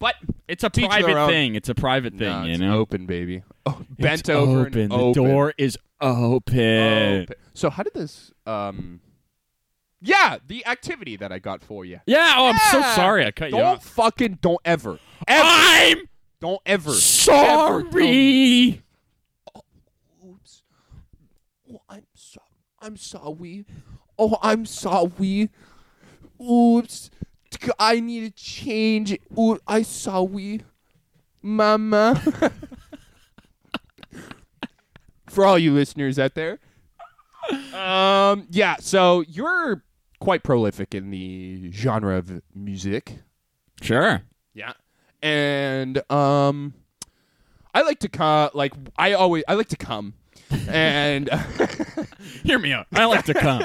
S4: But
S3: It's a
S4: Teach their
S3: private
S4: own.
S3: thing. It's a private thing.
S4: Nah,
S3: you
S4: it's
S3: know,
S4: open, baby. Oh, bent
S3: It's
S4: over, and
S3: Open. The
S4: open.
S3: door is open.
S4: Open. So how did this? Um, yeah, the activity that I got for you.
S3: Yeah. Oh, I'm so
S4: Yeah.
S3: sorry. I cut you
S4: Don't
S3: off.
S4: fucking don't ever, ever,
S3: I'm
S4: don't ever. Ever tell me-
S3: sorry.
S4: Oops. Oh, I'm so I'm sorry. Oh, I'm sorry. Oops. I need to change. Ooh, I sorry. Mama. For all you listeners out there. Um yeah, so you're quite prolific in the genre of music.
S3: Sure.
S4: Yeah. And um I like to come like I always I like to come. And
S3: Hear me out. I like to come.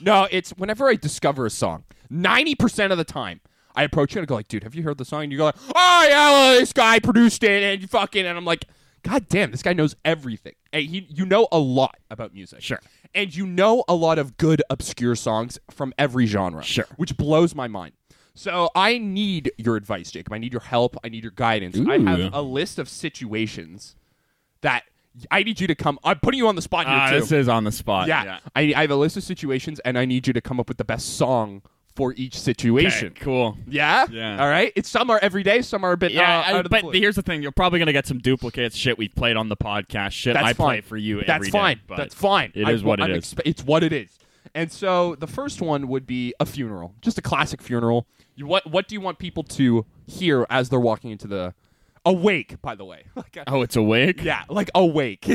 S4: no, it's whenever I discover a song, 90% of the time I approach you and I go like, "Dude, have you heard the song?" And you go like, "Oh yeah, well, this guy produced it and you fucking" and I'm like, "God damn, this guy knows everything." And he you know a lot about music.
S3: Sure.
S4: And you know a lot of good obscure songs from every genre.
S3: Sure.
S4: Which blows my mind. So I need your advice, Jacob. I need your help. I need your guidance. I
S3: Ooh.
S4: have a list of situations that I need you to come. I'm putting you on the spot here
S3: Ah,
S4: too.
S3: this is on the spot.
S4: Uh, yeah, I, I have a list of situations, and I need you to come up with the best song for each
S3: Okay,
S4: situation.
S3: cool.
S4: Yeah,
S3: Yeah.
S4: All right. It's some are every day, some are a bit.
S3: Yeah,
S4: uh,
S3: I-
S4: out of the
S3: but
S4: blue.
S3: here's the thing: you're probably gonna get some duplicates, shit we've played on the podcast, shit
S4: that's
S3: I
S4: fine
S3: play for you.
S4: That's
S3: every day,
S4: fine.
S3: but
S4: That's fine.
S3: It is
S4: I-
S3: what
S4: I'm
S3: it is.
S4: expe- it's what it is. And so the first one would be a funeral, just a classic funeral. You, what What do you want people to hear as they're walking into the awake? By the way, like,
S3: oh, it's awake.
S4: Yeah, like awake.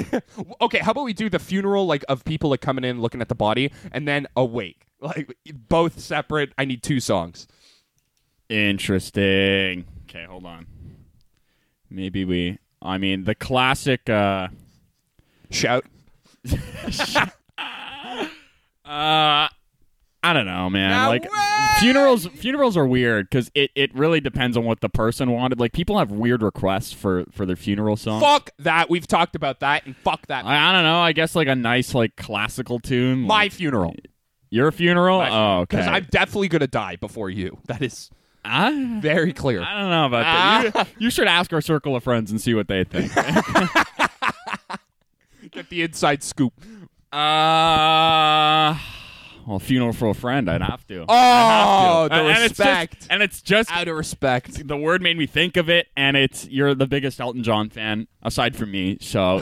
S4: okay, how about we do the funeral like of people like coming in looking at the body and then awake. Like both separate. I need two songs.
S3: Interesting. Okay, hold on. Maybe we. I mean, the classic. uh
S4: Shout.
S3: Uh, I don't know, man.
S4: Now
S3: like
S4: what?
S3: funerals, funerals are weird because it, it really depends on what the person wanted. Like people have weird requests for for their funeral song.
S4: Fuck that. We've talked about that and fuck that.
S3: Uh-huh. I, I don't know. I guess like a nice like classical tune.
S4: my
S3: like,
S4: funeral.
S3: your funeral. Oh, okay.
S4: Because I'm definitely gonna die before you. That is
S3: I, Ah.
S4: very clear.
S3: I don't know about that. You, you should ask our circle of friends and see what they think.
S4: Get the inside scoop.
S3: uh, well, funeral for a friend. I'd have to.
S4: Oh,
S3: I have to.
S4: the
S3: and
S4: respect.
S3: It's just, and it's just
S4: Out of respect.
S3: the word made me think of it, and it's you're the biggest Elton John fan aside from me, so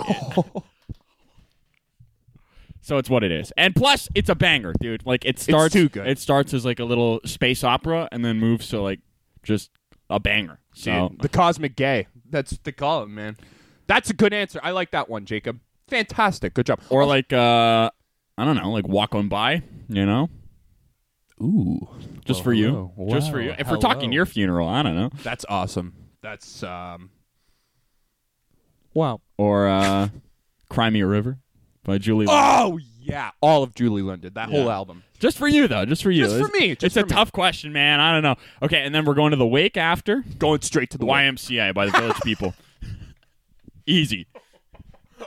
S3: so it's what it is. And plus, it's a banger, dude. Like it starts,
S4: too good.
S3: It starts as like a little space opera, and then moves to like just a banger. So
S4: Dude, the cosmic gay. That's the call, man. That's a good answer. I like that one, Jacob. Fantastic. Good job.
S3: or like uh, I don't know, like walk on by, you know,
S4: Ooh.
S3: just
S4: Well,
S3: for you,
S4: hello.
S3: just for
S4: Oh, Wow.
S3: you. If we're talking
S4: Hello.
S3: your funeral, I don't know,
S4: That's awesome. That's um Wow.
S3: or uh, Cry Me a River by Julie. Lewis.
S4: Oh yeah. All of Julie London, that whole
S3: Yeah.
S4: album.
S3: Just for you, though. Just for you.
S4: Just for
S3: It's-
S4: me,
S3: it's
S4: just
S3: a
S4: for me.
S3: tough question, man. I don't know. Okay, and then we're going to the wake after
S4: Going straight to the wire.
S3: YMCA by the Village People. Easy.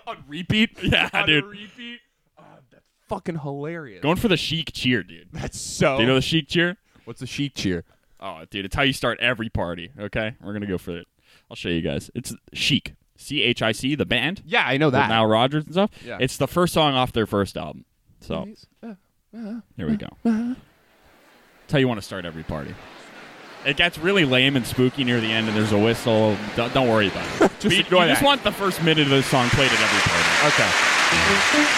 S4: on repeat.
S3: Yeah,
S4: on
S3: dude.
S4: repeat. Oh, that's fucking hilarious.
S3: Going for the chic cheer, dude.
S4: that's so
S3: Do you know the chic cheer?
S4: What's the chic cheer?
S3: Oh, dude, it's how you start every party. Okay, we're gonna go for it. I'll show you guys. It's chic. C H I C, the band.
S4: Yeah, I know
S3: With
S4: that.
S3: Nile Rodgers and stuff.
S4: Yeah.
S3: It's the first song off their first album. So here we go. That's how you want to start every party. It gets really lame and spooky near the end, and there's a whistle. Don't, don't worry about it.
S4: Just
S3: We- you
S4: ignore
S3: just
S4: that.
S3: want the first minute of the song played at every party.
S4: Okay.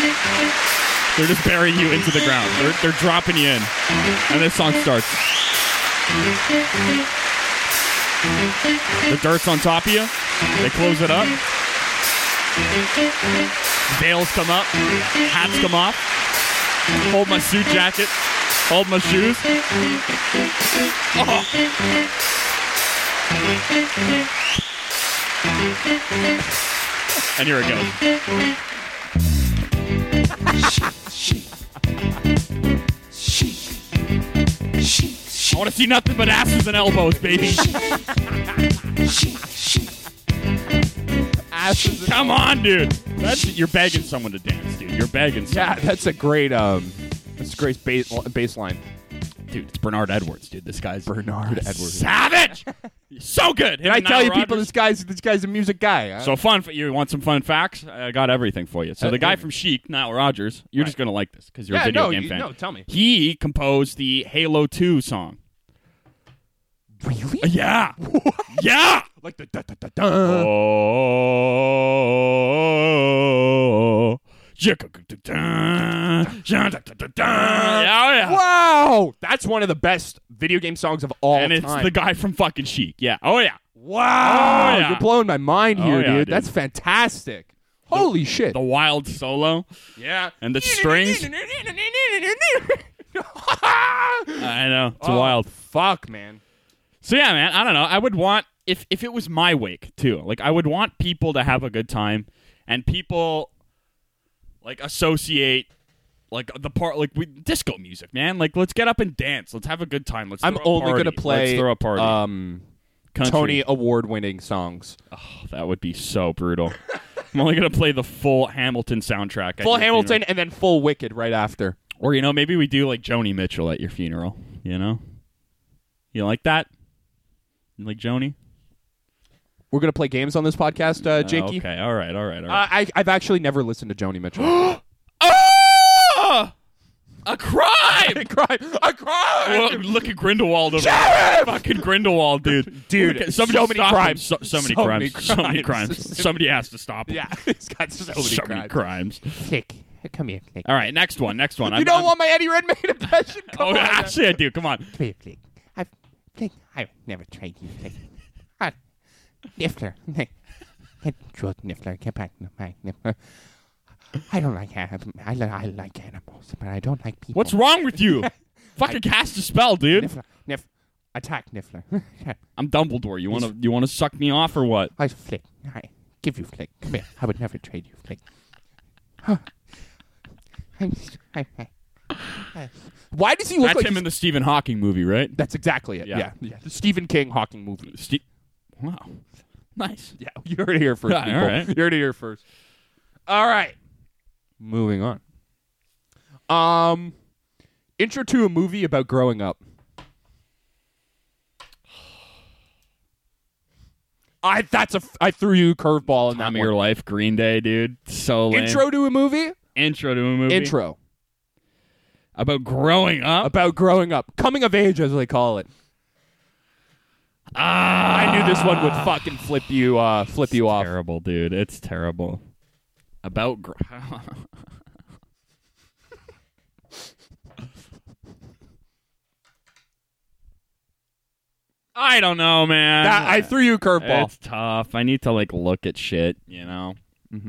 S3: They're just burying you into the ground. They're, they're dropping you in, and this song starts. The dirt's on top of you. They close it up. Veils come up. Hats come off. Hold my suit jacket. Hold my shoes. Oh. And here it goes. I want to see nothing but asses and elbows, baby.
S4: Asses.
S3: Come on, dude. That's you're begging someone to dance, dude. You're begging
S4: Yeah,
S3: someone.
S4: that's a great um, that's a great bass baseline.
S3: dude. It's Bernard Edwards, dude. This guy's
S4: Bernard Edwards.
S3: savage. so good. Him
S4: And I
S3: and
S4: tell
S3: Nile
S4: you, people,
S3: Rodgers.
S4: this guy's this Uh, guy's a music guy.
S3: So fun. You want some fun facts? I got everything for you. So the guy from Chic, Nile Rodgers, you're just gonna like this because you're a
S4: Yeah,
S3: video
S4: no,
S3: game
S4: you-
S3: fan.
S4: no, tell me.
S3: He composed the Halo Two song.
S4: really?
S3: Yeah. Yeah.
S4: Like the da da da da.
S3: Oh. Yeah, yeah.
S4: Wow, that's one of the best video game songs of all
S3: And it's
S4: time.
S3: the guy from fucking Chic. Yeah. Oh yeah.
S4: wow,
S3: Oh, yeah.
S4: you're blowing my mind
S3: Oh,
S4: here,
S3: yeah,
S4: dude.
S3: dude.
S4: That's fantastic. Holy shit!
S3: The wild solo
S4: yeah,
S3: and the strings. I know. It's
S4: Oh,
S3: wild.
S4: Fuck, man.
S3: So yeah, man, I don't know. I would want if if it was my wake too. Like I would want people to have a good time and people like associate like the part like with disco music, man. Like let's get up and dance. Let's have a good time. Let's
S4: I'm
S3: throw a
S4: only
S3: party.
S4: gonna play
S3: Let's throw a party.
S4: um
S3: Country.
S4: Tony Award winning songs.
S3: Oh, that would be so brutal. I'm only gonna play the full Hamilton soundtrack. at
S4: Full
S3: your
S4: Hamilton
S3: funeral.
S4: and then Full Wicked right after.
S3: Or you know, maybe we do like Joni Mitchell at your funeral, you know? You like that? You like Joni?
S4: We're gonna play games on this podcast, uh,
S3: Oh,
S4: Jakey.
S3: Okay, all right, all right, all right.
S4: Uh, I, I've actually never listened to Joni Mitchell.
S3: Oh! A crime!
S4: I cried. I cried.
S3: Whoa, look at Grindelwald over there. Fucking Grindelwald, dude.
S4: Dude,
S3: Look at-
S4: so
S3: somebody
S4: many
S3: stop him.
S4: crimes.
S3: So, so many
S4: So many
S3: crimes. So many
S4: crimes.
S3: crimes. Somebody has to stop him.
S4: yeah, he's got so many
S3: so many
S4: crimes.
S3: crimes.
S4: Thick. Come here, Thick.
S3: All right, next one. Next one.
S4: You don't want my Eddie Redmayne impression? Come
S3: Oh,
S4: on.
S3: actually, I do. Come on.
S5: Click, click. I've, click. I've never tried you, click. Ah, Niffler. Nick. Head short Niffler. Get back to my Niffler. I don't like anim- I, li- I like animals, but I don't like people.
S3: What's wrong with you? Fucking cast a spell, dude.
S5: Niffler? Niff. Attack Niffler.
S3: I'm Dumbledore. You wanna you wanna suck me off or what?
S5: I flick. I give you flick. Come here. I would never trade you flick. I'm, I, I,
S4: Why does he look
S3: That's
S4: like
S3: him
S4: he's-
S3: in the Stephen Hawking movie, right?
S4: That's exactly it.
S3: Yeah.
S4: Yeah. Yeah. The Stephen King Hawking movie.
S3: Ste- wow. Nice.
S4: Yeah. You heard it here first.
S3: Yeah,
S4: people.
S3: all right.
S4: You heard it here first. All right. Moving on. Um, intro to a movie about growing up. I that's a f- I threw you a curveball in that
S3: Time of
S4: one.
S3: your life, Green Day, dude. So lame.
S4: Intro to a movie.
S3: intro to a movie.
S4: Intro
S3: about growing up.
S4: about growing up, coming of age as they call it.
S3: Ah,
S4: I knew this one would fucking flip you, uh, flip you off.
S3: terrible, dude. It's terrible. About gr- I don't know, man.
S4: That- I threw you a curveball.
S3: it's tough. I need to like look at shit, you know.
S4: All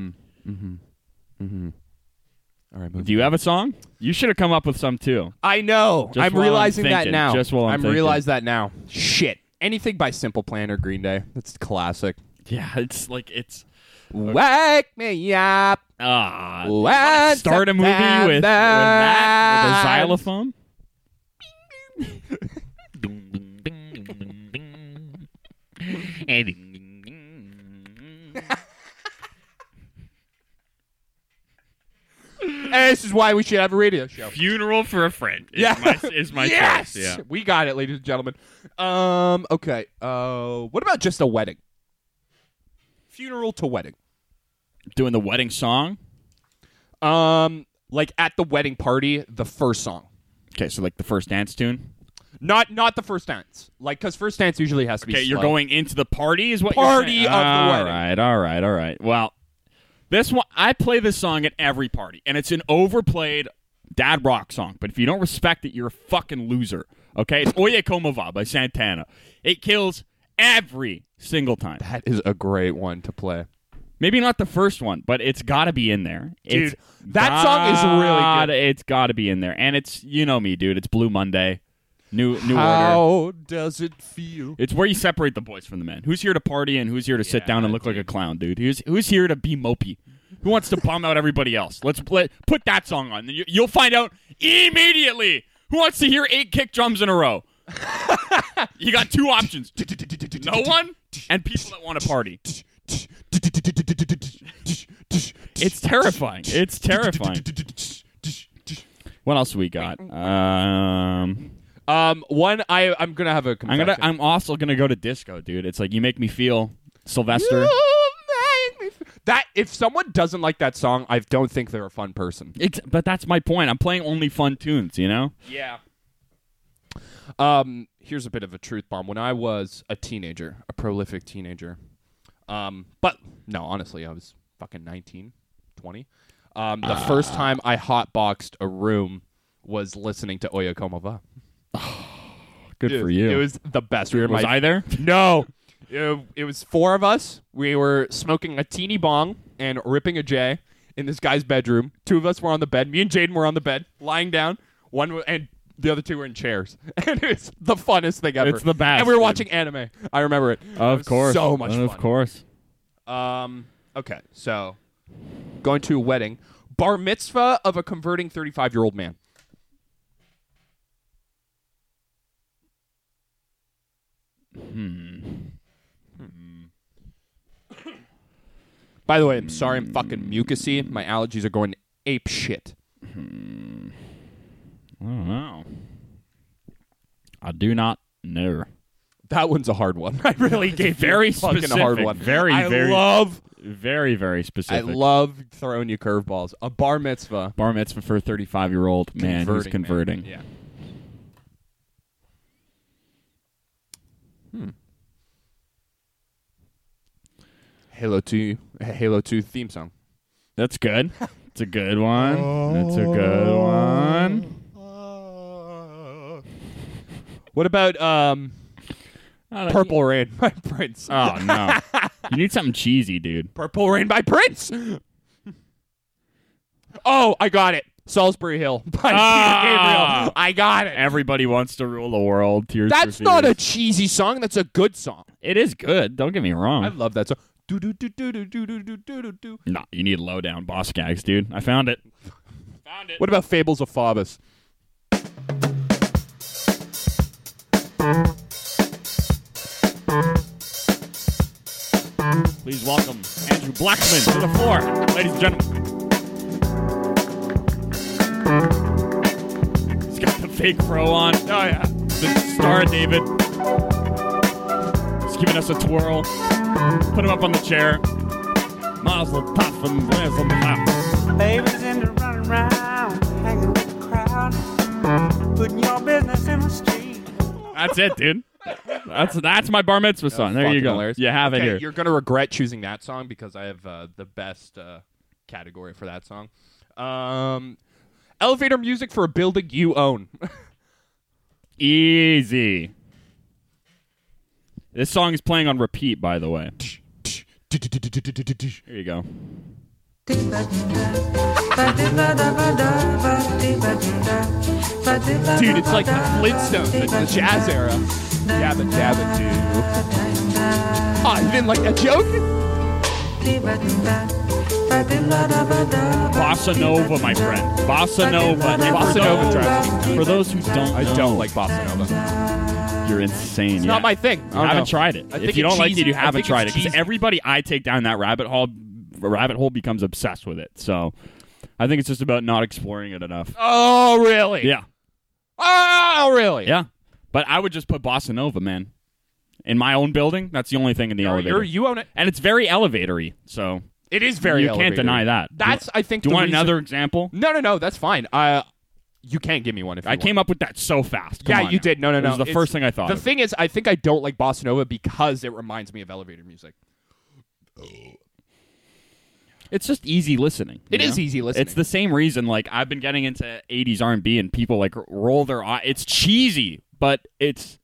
S4: right,
S3: Do you have a song? You should have come up with some too.
S4: I know.
S3: Just
S4: I'm
S3: while I'm
S4: realizing that
S3: thinking,
S4: now.
S3: just while I'm thinking.
S4: realize that now. Shit. Anything by Simple Plan or Green Day. That's classic.
S3: Yeah, it's like it's
S4: Wake me up.
S3: ah.
S4: When
S3: start a movie with, with that with a xylophone.
S4: And this is why we should have a radio show.
S3: Funeral for a friend. Is
S4: Yeah.
S3: my, is my
S4: yes!
S3: choice. Yeah.
S4: We got it, ladies and gentlemen. Um, okay. Uh, what about just a wedding? Funeral to wedding.
S3: Doing the wedding song.
S4: Um, like at the wedding party, the first song.
S3: Okay, so like the first dance tune.
S4: Not not the first dance. Like cuz first dance usually has to be
S3: Okay, you're
S4: slow.
S3: going into the party is what
S4: Party
S3: you're saying?
S4: of the wedding.
S3: All right, all right, all right. Well, this one I play this song at every party, and it's an overplayed dad rock song. But if you don't respect it, you're a fucking loser. Okay, it's Oye Como Va by Santana. It kills every single time.
S4: That is a great one to play.
S3: Maybe not the first one, but it's got to be in there.
S4: Dude,
S3: It's
S4: that song is really
S3: gotta-
S4: good.
S3: It's got to be in there, and it's you know me, dude. It's Blue Monday. New new order.
S4: How does it feel?
S3: It's where you separate the boys from the men. Who's here to party and who's here to sit down and look like a clown, dude? Who's who's here to be mopey? Who wants to bomb out everybody else? Let's play, put that song on. You, you'll find out immediately who wants to hear eight kick drums in a row. you got two options: no one and people that want to party. It's terrifying. It's terrifying. What else we got? Um,
S4: Um, one I I'm gonna have a
S3: I'm
S4: confession.
S3: gonna. I'm also gonna go to disco, dude. It's like you make me feel Sylvester.
S4: You make me f- That if someone doesn't like that song, I don't think they're a fun person.
S3: Ex- but that's my point. I'm playing only fun tunes, you know.
S4: Yeah. Um, here's a bit of a truth bomb. When I was a teenager, a prolific teenager, um, but no, honestly, I was fucking 19, 20. Um, the first
S3: Ah.
S4: time I hotboxed a room was listening to Oya Como Va.
S3: Good for you.
S4: It was the best. We were in
S3: Was
S4: my-
S3: I there?
S4: No. It, it was four of us. We were smoking a teeny bong and ripping a J in this guy's bedroom. Two of us were on the bed. Me and Jaden were on the bed, lying down. One wa- and the other two were in chairs. And it's the funnest thing ever.
S3: It's the best,
S4: And we were
S3: dude.
S4: watching anime. I remember it. It
S3: Of
S4: was
S3: course.
S4: So much
S3: of
S4: fun.
S3: course.
S4: Um, okay, so going to a wedding, bar mitzvah of a converting 35 year old man. Hmm. By the way, I'm sorry I'm fucking mucusy. My allergies are going ape shit.
S3: I don't know. I do not know.
S4: That one's a hard one. I really gave you
S3: very
S4: a fucking hard
S3: specific.
S4: one.
S3: Very,
S4: I
S3: very
S4: love
S3: Very, very
S4: I
S3: specific.
S4: love throwing you curveballs. A bar mitzvah
S3: Bar mitzvah for a 35 year old man who's
S4: man.
S3: converting.
S4: Yeah. Hmm. Halo Two, Halo Two theme song.
S3: That's good. It's a good one. That's a
S4: Oh.
S3: good one.
S4: What about um, Purple Rain by Prince? Uh,
S3: Oh no. you need something cheesy, dude.
S4: Purple Rain by Prince. oh, I got it. Salisbury Hill by Peter
S3: Ah.
S4: Gabriel. I got it.
S3: Everybody wants to rule the world. Tears for
S4: That's not a
S3: fears.
S4: cheesy song. That's a good song.
S3: It is good. Don't get me wrong.
S4: I love that song. Do do do do do do do do do do.
S3: Nah, you need low down boss gags, dude. I found it.
S4: What about Fables of Faubus?
S3: Please welcome Andrew Blackman to the floor, ladies and gentlemen. He's got the fake fro on. Oh yeah, the star David. He's giving us a twirl. Put him up on the chair. Mazel tov and mazel tov.
S6: Babies in the running round, hanging with the crowd, putting your business in the street.
S3: That's it, dude. That's that's my bar mitzvah song. Oh, There you
S4: fucking
S3: go.
S4: hilarious.
S3: You have
S4: Okay,
S3: it here.
S4: You're gonna regret choosing that song because I have uh, the best uh, category for that song. Um, elevator music for a building you own.
S3: Easy. This song is playing on repeat, by the way. Here you go.
S4: Dude, it's like the Flintstones, the, the jazz era. Yabba dabba doo. Oh, you didn't like that joke?
S3: Bossa Nova, my friend. Bossa Nova. And
S4: Bossa
S3: for
S4: Nova
S3: those-
S4: drives me
S3: For those who don't,
S4: I
S3: know,
S4: don't like bossa nova. It's
S3: You're insane. It's
S4: not my thing. I
S3: I
S4: don't
S3: haven't
S4: know.
S3: tried it.
S4: I
S3: if
S4: think
S3: you
S4: it's
S3: don't like it,
S4: cheesy.
S3: you
S4: I
S3: haven't
S4: think
S3: tried it.
S4: it's
S3: Because
S4: cheesy.
S3: everybody I take down that rabbit hole, rabbit hole becomes obsessed with it. So, I think it's just about not exploring it enough.
S4: Oh really?
S3: Yeah,
S4: Oh really?
S3: yeah. But I would just put Bossa Nova, man. In my own building, that's the only thing in the
S4: You're-
S3: elevator.
S4: you're- you own it.
S3: and it's very elevatory. So
S4: It is very.
S3: you
S4: elevator-y.
S3: can't deny that.
S4: That's I think.
S3: Do you
S4: the
S3: want
S4: reason-
S3: another example?
S4: No, no, no. That's fine. Uh, you can't give me one if you
S3: I came up with that so fast. Come
S4: Yeah,
S3: on
S4: you
S3: now.
S4: did. No, no,
S3: It
S4: no.
S3: was the
S4: It's-
S3: first thing I thought.
S4: The
S3: of.
S4: thing is, I think I don't like bossa nova because it reminds me of elevator music.
S3: It's just easy listening.
S4: It
S3: It is
S4: is easy listening.
S3: It's the same reason. Like I've been getting into '80s R&B, and people like r- roll their eye. It's cheesy, but it's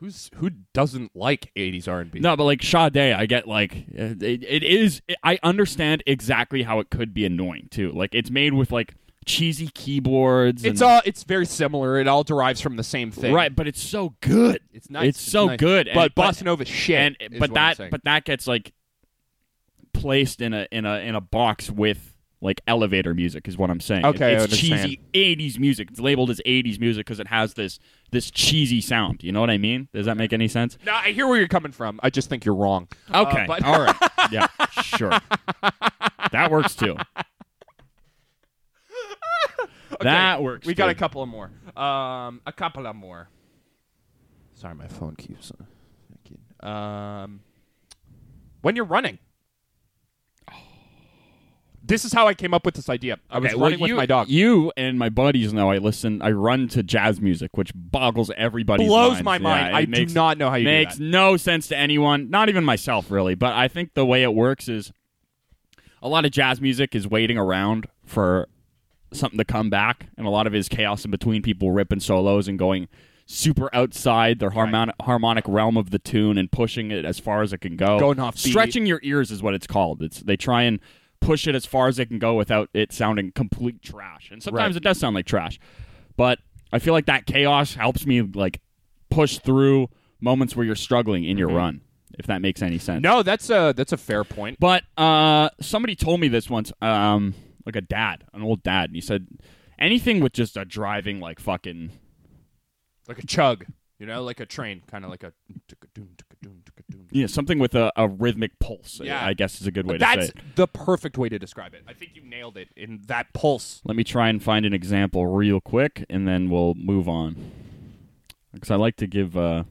S4: Who's who doesn't like '80s R&B?
S3: no. But like Sade, I get like uh, it, it is. I understand exactly how it could be annoying too. Like it's made with like cheesy keyboards.
S4: It's
S3: and-
S4: all it's very similar. It all derives from the same thing.
S3: right, but it's so good.
S4: It's nice.
S3: It's so
S4: nice.
S3: good, and-
S4: But
S3: but-
S4: Bossa Nova shit.
S3: and
S4: is
S3: but
S4: what I'm
S3: that
S4: saying.
S3: but that gets like placed in a in a in a box with like elevator music is what I'm saying.
S4: Okay, I
S3: it's
S4: understand.
S3: cheesy '80s music. It's labeled as '80s music because it has this this cheesy sound. You know what I mean? Does that make any sense?
S4: no, I hear where you're coming from. I just think you're wrong.
S3: Okay,
S4: Uh, but-
S3: all right, yeah, sure, that works too. that works.
S4: We got
S3: too.
S4: a couple of more. Um, a couple of more. Sorry, my phone keeps. uh, fucking- Um, when you're running. This is how I came up with this idea. I was
S3: Okay, well,
S4: running with
S3: you-
S4: my dog.
S3: You and my buddies know I listen. I run to jazz music, which boggles everybody's
S4: Blows
S3: minds.
S4: my mind.
S3: Yeah, it
S4: I
S3: makes-
S4: do not know how you
S3: makes
S4: do
S3: no sense to anyone, not even myself, really. But I think the way it works is a lot of jazz music is waiting around for something to come back, and a lot of it is chaos in between people ripping solos and going super outside their harmonic, harmonic realm of the tune and pushing it as far as it can go.
S4: Going off beat.
S3: stretching your ears is what it's called. It's they try and push it as far as they can go without it sounding complete trash. And sometimes
S4: Right.
S3: it does sound like trash, but I feel like that chaos helps me like push through moments where you're struggling in your run. If that makes any sense.
S4: that. Mm-hmm. No, that's a that's a fair point.
S3: But uh, somebody told me this once, um, like a dad, an old dad, and he said anything with just a driving like fucking
S4: Like a chug, you know, like a train, kind of like a. tick-a-doon, tick-a-doon, tick-a-doon.
S3: you know, something with a, a rhythmic pulse.
S4: Yeah.
S3: I guess is a good way to
S4: That's
S3: say it.
S4: the perfect way to describe it. I think you nailed it in that pulse.
S3: Let me try and find an example real quick, and then we'll move on. Because I like to give, uh,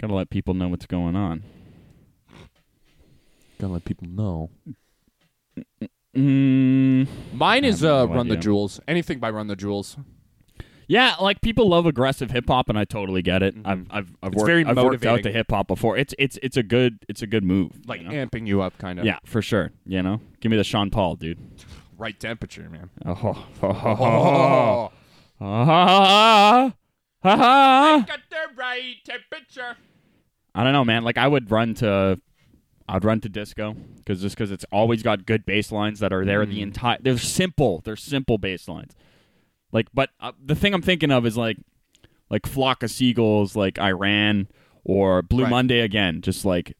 S3: gotta let people know what's going on.
S4: Gotta let people know.
S3: Mm,
S4: Mine is
S3: have
S4: uh,
S3: no
S4: Run the
S3: idea.
S4: Jewels. Anything by Run the Jewels.
S3: yeah, like people love aggressive hip hop, and I totally get it. I've I've, I've,
S4: Mm-hmm. It's
S3: worked,
S4: very
S3: I've worked out
S4: motivating.
S3: to hip hop before. It's it's it's a good it's a good move.
S4: Like
S3: you know?
S4: amping you up, kind of.
S3: yeah, for sure. You know, give me the Sean Paul, dude.
S4: Right temperature, man.
S3: Oh,
S4: Oh. Got the right temperature.
S3: I don't know, man. Like I would run to, I'd run to disco because just because it's always got good bass lines that are there the
S4: Mm.
S3: entire. They're simple. They're simple bass lines. Like, but uh, the thing I'm thinking of is like, like flock of seagulls, like Iran or Blue
S4: Right.
S3: Monday again. Just like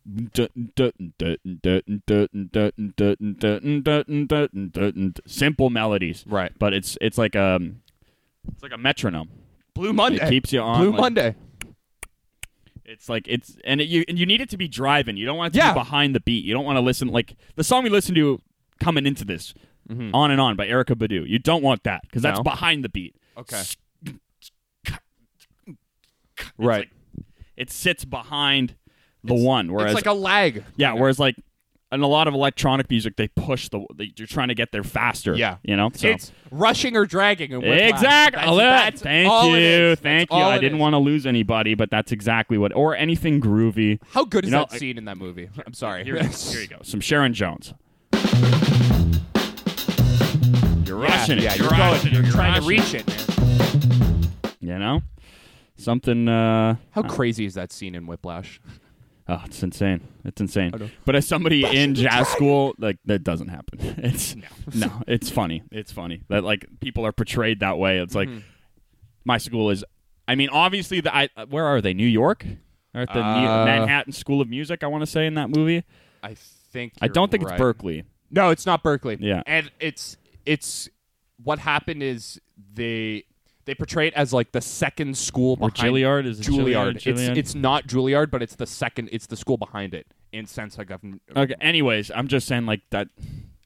S3: simple melodies,
S4: Right.
S3: But it's it's like um, it's like a metronome.
S4: Blue Monday.
S3: It keeps you on.
S4: Blue
S3: like-
S4: Monday.
S3: it's like it's and it, you and you need it to be driving. You don't want it to
S4: Yeah.
S3: be behind the beat. You don't want to listen like the song we listened to coming into this, "On and On" by Erica Badu. You don't want that because that's
S4: Mm-hmm. No.
S3: behind the beat.
S4: Okay.
S3: S-
S4: Right.
S3: It sits behind the one. Whereas
S4: It's like a lag.
S3: yeah, whereas like in a lot of electronic music, they push the they, you're trying to get there faster.
S4: Yeah.
S3: you know. So.
S4: It's rushing or dragging. And whiplash.
S3: Exactly.
S4: That's, that's
S3: Thank
S4: all it
S3: you.
S4: is.
S3: Thank
S4: That's
S3: you.
S4: all
S3: I
S4: it
S3: didn't
S4: is.
S3: want to lose anybody, but that's exactly what or anything groovy.
S4: How good is
S3: You know,
S4: that
S3: I-
S4: scene in that movie? I'm sorry.
S3: Here, here you go. Some Sharon Jones. You're rushing it.
S4: yeah,
S3: you're
S4: you're going.
S3: rushing it. You're
S4: Trying to
S3: rushing it.
S4: reach it, man.
S3: You know, something. Uh,
S4: How crazy is that scene in Whiplash?
S3: oh, it's insane. It's insane.
S4: know.
S3: But as somebody in jazz school, like that doesn't happen. It's no. It's funny. It's funny that like people are portrayed that way. It's
S4: Mm-hmm.
S3: like my school is. I mean, obviously, the I, where are they? New York. They're at the New-
S4: Uh,
S3: Manhattan School of Music. I want to say in that movie.
S4: I think
S3: I don't think it's
S4: Berkeley.
S3: Berkeley.
S4: No, it's not Berkeley.
S3: Yeah.
S4: and it's it's what happened is they they portray it as like the second school
S3: Or
S4: behind
S3: Juilliard? Is it
S4: Juilliard.
S3: Juilliard or Juilliard?
S4: It's it's not Juilliard, but it's the second. It's the school behind it. In sense, like I've,
S3: Okay. Anyways, I'm just saying like that.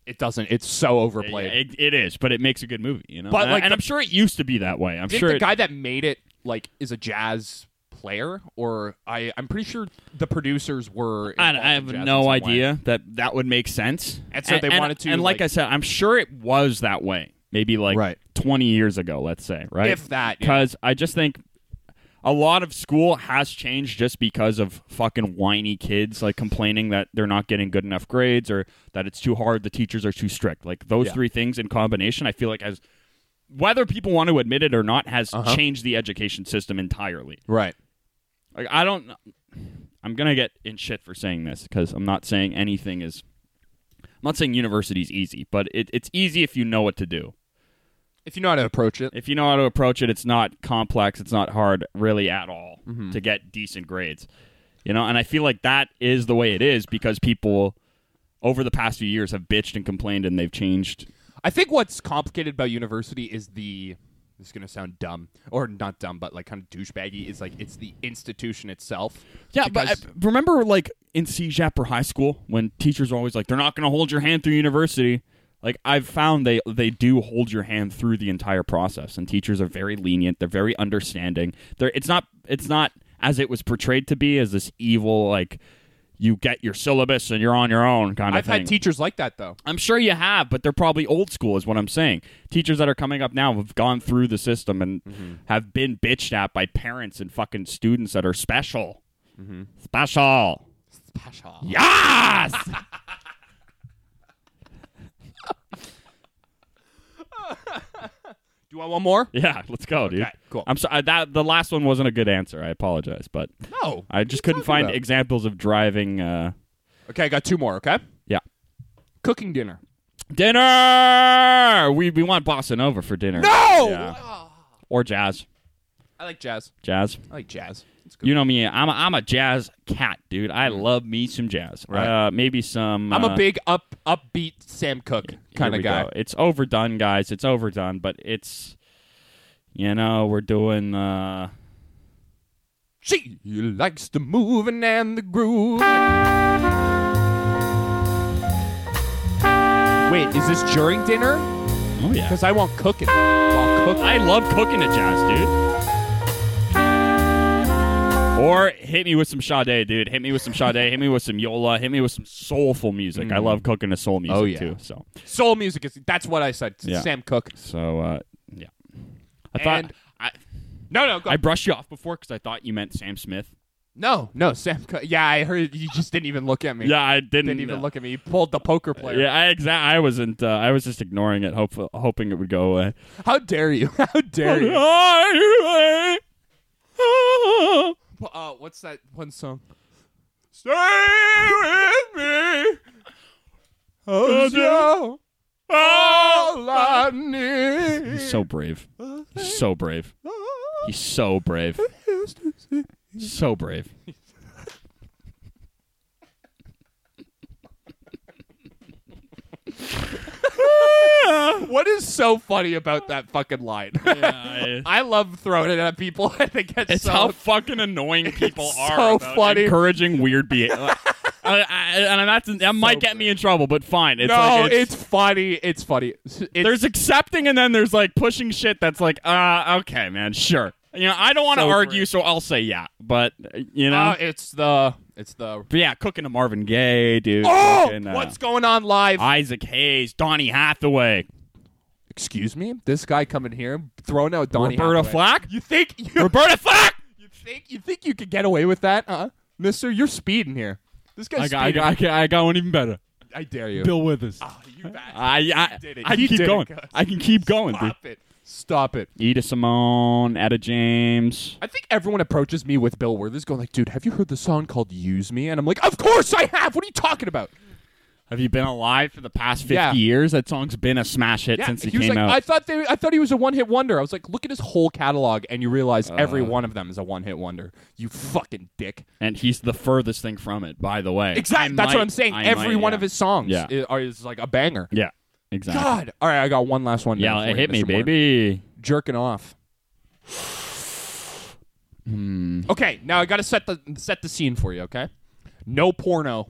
S4: it doesn't. It's so
S3: Yeah,
S4: overplayed.
S3: yeah, it, it is, but it makes a good movie, you know.
S4: But,
S3: and,
S4: like,
S3: and
S4: the-
S3: I'm sure it used to be that way. I'm
S4: I think
S3: sure
S4: the
S3: it-
S4: guy that made it like is a jazz player, or I I'm pretty sure the producers were.
S3: I,
S4: involved
S3: I
S4: in
S3: have
S4: jazz in
S3: no
S4: some way.
S3: idea that that would make sense.
S4: And so they wanted to,
S3: And like,
S4: like-
S3: I said, I'm sure it was that way. Maybe like
S4: Right.
S3: 20 years ago, let's say, right?
S4: If that, yeah.
S3: because I just think a lot of school has changed just because of fucking whiny kids like complaining that they're not getting good enough grades or that it's too hard, the teachers are too strict. Like those
S4: Yeah.
S3: three things in combination, I feel like has whether people want to admit it or not has
S4: Uh-huh.
S3: changed the education system entirely.
S4: Right.
S3: Like I don't I'm going to get in shit for saying this cuz I'm not saying anything is I'm I'm not saying university is easy, but it, it's easy if you know what to do.
S4: If you know how to approach it,
S3: If you know how to approach it, it's not complex. It's not hard, really, at all to get decent grades. You know, and I feel like that is the way it is because people over the past few years have bitched and complained and they've changed.
S4: I think what's complicated about university is the. This is gonna sound dumb, or not dumb, but like kind of douchebaggy. Is like it's the institution itself.
S3: Yeah,
S4: Because-
S3: but I, remember, like in CJAP or high school, when teachers are always like, "They're not going to hold your hand through university." Like I've found they they do hold your hand through the entire process, and teachers are very lenient. They're very understanding. They're it's not it's not as it was portrayed to be as this evil like you get your syllabus and you're on your own kind of
S4: I've
S3: thing.
S4: had teachers like that though.
S3: I'm sure you have, but they're probably old school, is what I'm saying. Teachers that are coming up now have gone through the system and
S4: Mm-hmm.
S3: have been bitched at by parents and fucking students that are special.
S4: Mm-hmm.
S3: Special. Yes!
S4: Do you want one more?
S3: yeah, let's go, dude.
S4: Okay, cool.
S3: I'm sorry that the last one wasn't a good answer. I apologize, but
S4: No.
S3: I just couldn't
S4: talking
S3: find
S4: about?
S3: examples of driving. Uh,
S4: Okay, I got two more. Okay.
S3: yeah,
S4: Cooking dinner.
S3: dinner. We we want bossa nova for dinner.
S4: No.
S3: Yeah. Or jazz,
S4: I like jazz.
S3: jazz.
S4: I like jazz. It's good.
S3: You know me. I'm a, I'm a jazz cat, dude. I love me some jazz.
S4: Mm-hmm. Right.
S3: Uh, maybe some.
S4: I'm
S3: uh,
S4: a big up upbeat Sam Cooke
S3: here
S4: kind
S3: we
S4: of guy.
S3: go. It's overdone, guys. It's overdone, but it's. You know, we're doing. Uh,
S4: She likes the moving and the groove. Wait, is this during dinner?
S3: oh yeah.
S4: Because I want cooking. While cooking.
S3: I love cooking to jazz, dude. Or hit me with some Sade, dude. Hit me with some Sade. hit me with some Yola. Hit me with some soulful music. I love cooking to soul music
S4: Oh, yeah.
S3: too. So,
S4: Soul music is that's what I said.
S3: Yeah.
S4: Sam Cooke.
S3: so uh, yeah. I
S4: And
S3: thought I,
S4: No, no, go.
S3: I brushed you off before because I thought you meant Sam Smith.
S4: no, no, Sam Cooke. Yeah, I heard you just didn't even look at me.
S3: Yeah, I didn't,
S4: Didn't even look at me. You pulled the poker player.
S3: Yeah, I exa- I wasn't. Uh, I was just ignoring it, hope- hoping it would go away.
S4: How dare you? How dare
S3: Oh,
S4: you? Well, Uh, what's that one song? Stay with me. Oh, Joe, all I need.
S3: He's so brave. So brave. He's so brave. So brave.
S4: what is so funny about that fucking line? I love throwing it at people. I think it's,
S3: it's
S4: so
S3: how fucking annoying people
S4: It's
S3: are.
S4: so
S3: about
S4: funny.
S3: Encouraging weird behavior. I, I, and I'm not to- that might get me in trouble, but fine. It's
S4: no,
S3: like
S4: it's, funny. It's funny. It's,
S3: there's accepting and then there's like pushing shit that's like, uh, okay, man, sure. You know, I don't want to
S4: So
S3: argue,
S4: brave.
S3: so I'll say yeah. But uh, you know,
S4: uh, it's the it's the
S3: but yeah, cooking to Marvin Gaye, dude.
S4: oh,
S3: Cooking, uh,
S4: what's going on live?
S3: Isaac Hayes, Donnie Hathaway,
S4: Excuse me, this guy coming here throwing out Donnie
S3: Roberta
S4: Hathaway.
S3: Flack,
S4: You think you
S3: Roberta Flack.
S4: You think you think you could get away with that, huh, Mister? You're speeding here. This guy's
S3: I got, I,
S4: speeding.
S3: got, I, got, I got one even better.
S4: I dare you.
S3: Bill Withers.
S4: Oh, you bad.
S3: I, I,
S4: did it.
S3: I
S4: You
S3: can keep
S4: did it,
S3: going.
S4: guys.
S3: I can keep going, dude.
S4: Stop it. Stop it.
S3: Ida Simone, Etta James.
S4: I think everyone approaches me with Bill Worthers, going like, "Dude, have you heard the song called Use Me?" And I'm like, "Of course I have. What are you talking about?"
S3: Have you been alive for the past 50
S4: Yeah.
S3: years? That song's been a smash hit
S4: Yeah.
S3: since he
S4: he was
S3: came
S4: like,
S3: out.
S4: "I thought they, I thought he was a one-hit wonder." I was like, "Look at his whole catalog," and you
S3: Uh.
S4: realize every one of them is a one-hit wonder. You fucking dick.
S3: and he's the furthest thing from it, by the way.
S4: Exactly.
S3: I
S4: That's
S3: might-
S4: what I'm saying.
S3: I
S4: every
S3: might,
S4: one
S3: yeah.
S4: of his songs
S3: Yeah.
S4: is, are- is like a banger.
S3: Yeah, exactly.
S4: God. All right, I got one last one.
S3: yeah,
S4: down for you,
S3: hit me,
S4: Mr. Martin.
S3: baby.
S4: jerking off. Hmm. Okay, now I got to set the set the scene for you. Okay, no porno,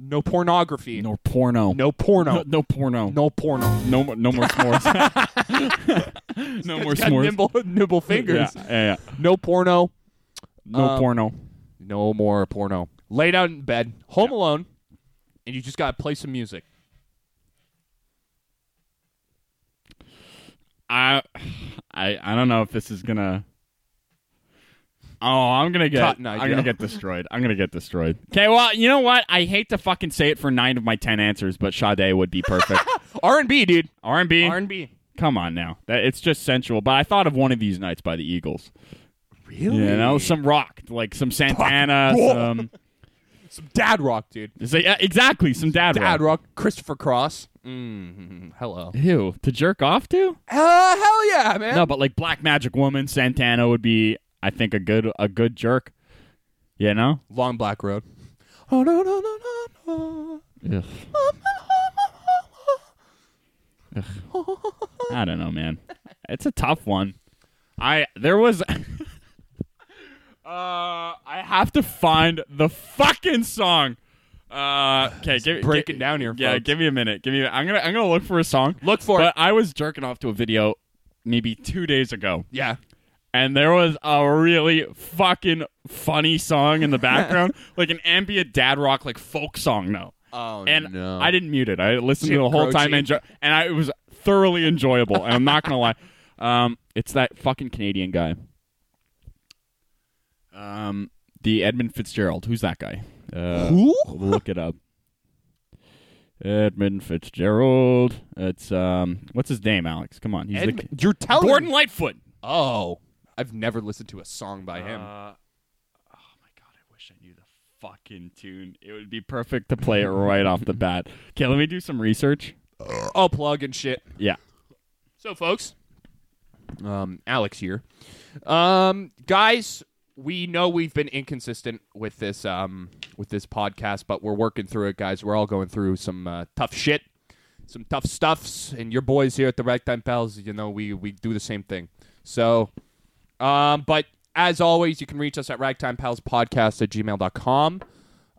S4: no pornography,
S3: No porno.
S4: no porno,
S3: No,
S4: no,
S3: no porno.
S4: porno.
S3: No, mo- no more s'mores. no more
S4: Got
S3: s'mores.
S4: nimble, nimble fingers.
S3: Yeah, yeah, yeah.
S4: No porno,
S3: No
S4: Um,
S3: porno.
S4: no more porno. Lay down in bed, home alone, and you just gotta play some music.
S3: I, I, I don't know if this is gonna. Oh, I'm gonna get.
S4: Cotton Eye
S3: I'm gonna
S4: Joe.
S3: get destroyed. I'm gonna get destroyed. Okay, well, you know what? I hate to fucking say it for nine of my ten answers, but Sade would be perfect.
S4: R and B, dude.
S3: R and B.
S4: R and B.
S3: Come on now, that, it's just sensual. But I thought of one of these nights by the Eagles.
S4: Really?
S3: You know, some rock, like some Santana, some
S4: Some dad rock, dude.
S3: It's like, yeah, exactly, some dad,
S4: Dad rock. Christopher Cross. Mm, hello.
S3: Ew, to jerk off to?
S4: Uh, hell yeah, man.
S3: No, but like Black Magic Woman, Santana would be, I think, a good a good jerk. You know?
S4: Long Black Road. Oh no no no no
S3: Ugh. I don't know, man. It's a tough one. I there was. uh, I have to find the fucking song. Uh, okay, give,
S4: break
S3: give-
S4: it down here,
S3: Yeah,
S4: folks.
S3: give me a minute. Give me. A, I'm gonna. I'm gonna look for a song.
S4: Look for
S3: but
S4: it.
S3: I was jerking off to a video maybe two days ago
S4: Yeah.
S3: and there was a really fucking funny song in the background, like an ambient dad rock, like folk song, though.
S4: Oh
S3: and
S4: no.
S3: I didn't mute it. I listened
S4: Jim
S3: to it the whole
S4: Croce.
S3: time, and, jo- and I, it was thoroughly enjoyable. and I'm not gonna lie, um, it's that fucking Canadian guy, um, the Edmund Fitzgerald. Who's that guy? Uh,
S4: Who?
S3: Look it up. Edmund Fitzgerald. It's um, what's his name, Alex? Come on, he's
S4: Edmund-
S3: the
S4: you're telling
S3: Gordon
S4: me-
S3: Lightfoot.
S4: Oh, I've never listened to a song by him.
S3: Uh, oh my god, I wish I knew the fucking tune. It would be perfect to play it right off the bat. Okay, let me do some research.
S4: I'll plug and shit.
S3: Yeah.
S4: So, folks, um, Alex here. Um, guys, we know we've been inconsistent with this um, with this podcast, but we're working through it, guys. We're all going through some uh, tough shit, some tough stuffs, and your boys here at the Ragtime Pals, you know, we we do the same thing. So, um, but as always, you can reach us at ragtimepalspodcast at gmail.com.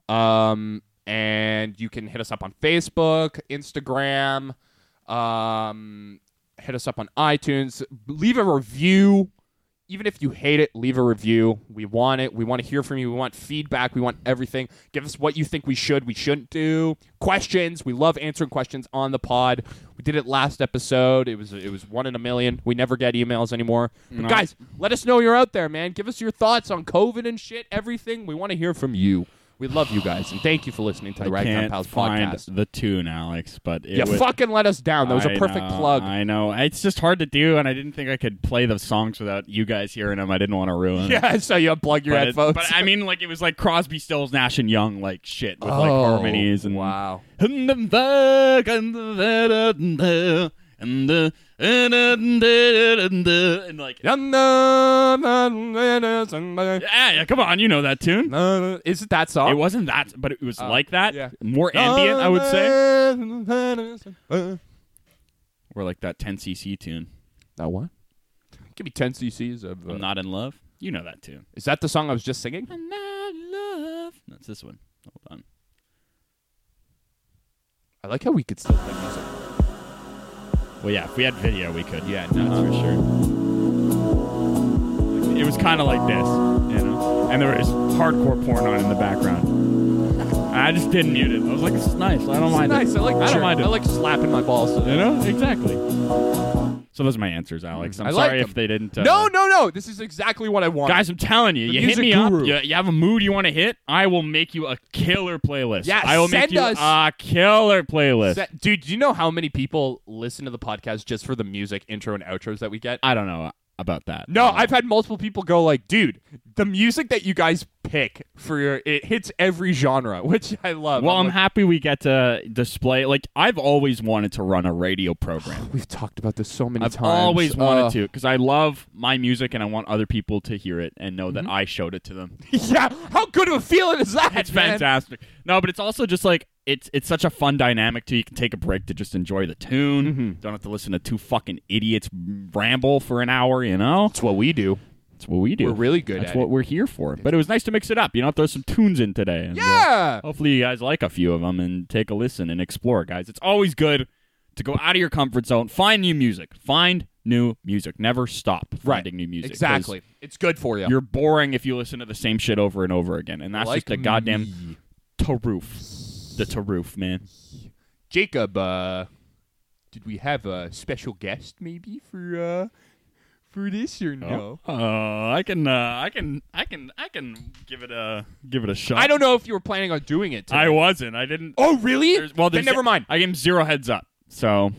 S4: Um, and you can hit us up on Facebook, Instagram, um, hit us up on iTunes. Leave a review. Even if you hate it, leave a review. We want it. We want to hear from you. We want feedback. We want everything. Give us what you think we should, we shouldn't do. Questions. We love answering questions on the pod. We did it last episode. It was it was one in a million. We never get emails anymore. But guys, let us know you're out there, man. Give us your thoughts on COVID and shit. Everything. We want to hear from you. We love you guys, and thank you for listening to the
S3: I
S4: Ragtime
S3: can't
S4: Pals
S3: find
S4: podcast.
S3: the tune, Alex, but it
S4: You
S3: was,
S4: fucking let us down. That was a
S3: I
S4: perfect
S3: know,
S4: plug.
S3: I know. It's just hard to do, and I didn't think I could play the songs without you guys hearing them. I didn't want to ruin it.
S4: Yeah, so you unplug your
S3: But, it-
S4: headphones.
S3: but I mean, like it was like Crosby, Stills, Nash and Young, like shit with like
S4: Oh,
S3: harmonies and
S4: wow.
S3: And like, yeah,
S4: Is
S3: yeah, come on, you know that tune.
S4: it that song?
S3: It wasn't that, but it was like that.
S4: Uh, yeah.
S3: More ambient, I would say.
S4: say.
S3: Or like that 10cc tune.
S4: That what? Give me 10 cc's of. Uh,
S3: I'm not in love. You know that tune.
S4: is that the song I was just singing?
S3: I'm not in love. That's this one. Hold on.
S4: I like how we could still play music.
S3: Well, yeah, if we had video, we could. Yeah, no, that's for sure. It was kind of like this, you know, and there was hardcore porn on in the background. And I just didn't mute it. I was like, "This is nice. I don't
S4: It's
S3: mind
S4: nice.
S3: it.
S4: I like.
S3: I don't
S4: jerk-
S3: mind it.
S4: I like slapping my balls. To
S3: you
S4: them.
S3: know, exactly." So those are my answers, Alex. I'm
S4: Mm. I like
S3: sorry
S4: them.
S3: if they didn't. Uh,
S4: No, no, no. This is exactly what I want.
S3: guys, I'm telling you,
S4: The
S3: you hit
S4: music
S3: me
S4: guru.
S3: up. You, you have a mood you want to hit. I will make you a killer playlist.
S4: Yeah,
S3: I will
S4: send
S3: make you
S4: us-
S3: a killer playlist.
S4: Se- dude, do you know how many people listen to the podcast just for the music intro and outros that we get?
S3: I don't know about that.
S4: No, I've had multiple people go like, "Dude, the music that you guys pick for your it hits every genre, which I love."
S3: Well, I'm
S4: like,
S3: happy we get to display. Like, I've always wanted to run a radio program.
S4: we've talked about this so many
S3: I've
S4: Oh, times.
S3: always
S4: Uh,
S3: wanted to because I love my music and I want other people to hear it and know
S4: Mm-hmm.
S3: that I showed it to them.
S4: yeah, how good of a feeling is that?
S3: It's
S4: man?
S3: fantastic. No, but it's also just like it's it's such a fun dynamic too. You can take a break to just enjoy the tune.
S4: Mm-hmm.
S3: Don't have to listen to two fucking idiots ramble for an hour. You know,
S4: That's what we do.
S3: that's what we do.
S4: We're really good
S3: That's
S4: at
S3: what
S4: it.
S3: we're here for. But it was nice to mix it up. You know, throw some tunes in today. and, uh,
S4: Yeah.
S3: Hopefully, you guys like a few of them and take a listen and explore, guys. It's always good to go out of your comfort zone, find new music, find new music. Never stop finding new music. 'cause
S4: Exactly. It's good for you.
S3: You're boring if you listen to the same shit over and over again, and that's
S4: Like
S3: just a goddamn taroof. The taroof, man.
S4: Jacob, uh, did we have a special guest maybe for uh for this or no?
S3: Uh, I can, uh, I can, I can, I can give it a give it a shot.
S4: I don't know if you were planning on doing it. Today.
S3: I wasn't. I didn't.
S4: Oh, really?
S3: There's- well,
S4: then
S3: there's-
S4: never mind.
S3: I am zero heads up, so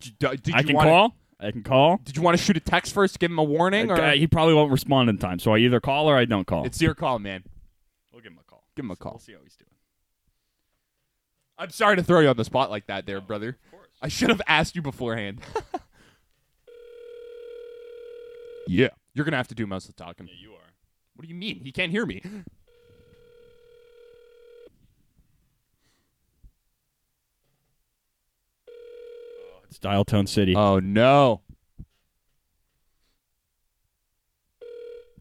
S4: D- Did you
S3: I can
S4: wanna-
S3: call. I can call.
S4: Did you want to shoot a text first, give him a warning, or
S3: Uh, he probably won't respond in time, so I either call or I don't call.
S4: it's your call, man?
S3: we'll give him a call.
S4: Give him a
S3: We'll
S4: call.
S3: see how he's doing.
S4: I'm sorry to throw you on the spot like that, there, brother.
S3: Of course.
S4: I should have asked you beforehand. yeah, you're gonna have to do most of the talking.
S3: You are.
S4: What do you mean? He can't hear me.
S3: It's Dial Tone City.
S4: Oh no!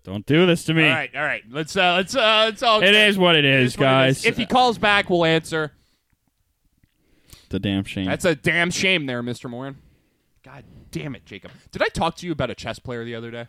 S3: Don't do this to me.
S4: All right, all right. Let's uh, let's uh, let's all.
S3: It is what it
S4: It
S3: is,
S4: is what it
S3: guys.
S4: is. If he calls back, we'll answer.
S3: the damn shame.
S4: That's a damn shame, there, Mister Moran. God damn it, Jacob. Did I talk to you about a chess player the other day?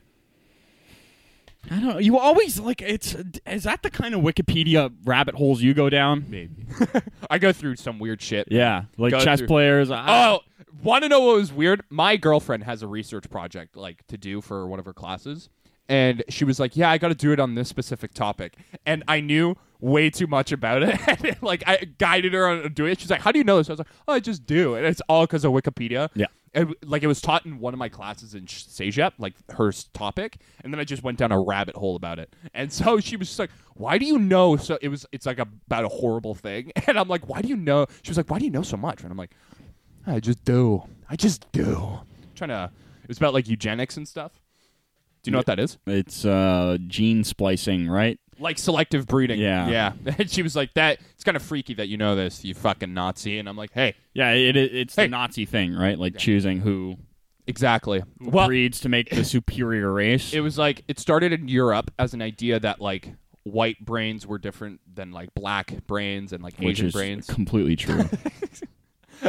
S3: I don't. You always like it's. Is that the kind of Wikipedia rabbit holes you go down?
S4: Maybe. I go through some weird shit.
S3: Yeah, like
S4: Go
S3: chess
S4: through-
S3: players. I-
S4: Oh, want to know what was weird? My girlfriend has a research project like to do for one of her classes, and she was like, "Yeah, I got to do it on this specific topic," and I knew way too much about it. And, like I guided her on doing it. She's like, "How do you know this?" I was like, "Oh, I just do," and it's all because of Wikipedia.
S3: Yeah.
S4: And, like it was taught in one of my classes in Sh- Sejep, like her s- topic, and then I just went down a rabbit hole about it. And so she was just like, "Why do you know?" So it was, it's like about a horrible thing, and I'm like, "Why do you know?" She was like, "Why do you know so much?" And I'm like, I just do. I just do. Trying to. It's about like eugenics and stuff. Do you know what that is?
S3: It's uh, gene splicing, right?
S4: Like selective breeding.
S3: Yeah.
S4: Yeah. And she was like, "That it's kind of freaky that you know this, you fucking Nazi." And I'm like, "Hey,
S3: Yeah, it, it- it's
S4: Hey.
S3: the Nazi thing, right? Like choosing who,
S4: exactly."
S3: who
S4: Well,
S3: breeds to make the superior race.
S4: it was like it started in Europe as an idea that like white brains were different than like black brains and like
S3: which
S4: Asian
S3: is
S4: brains.
S3: completely true.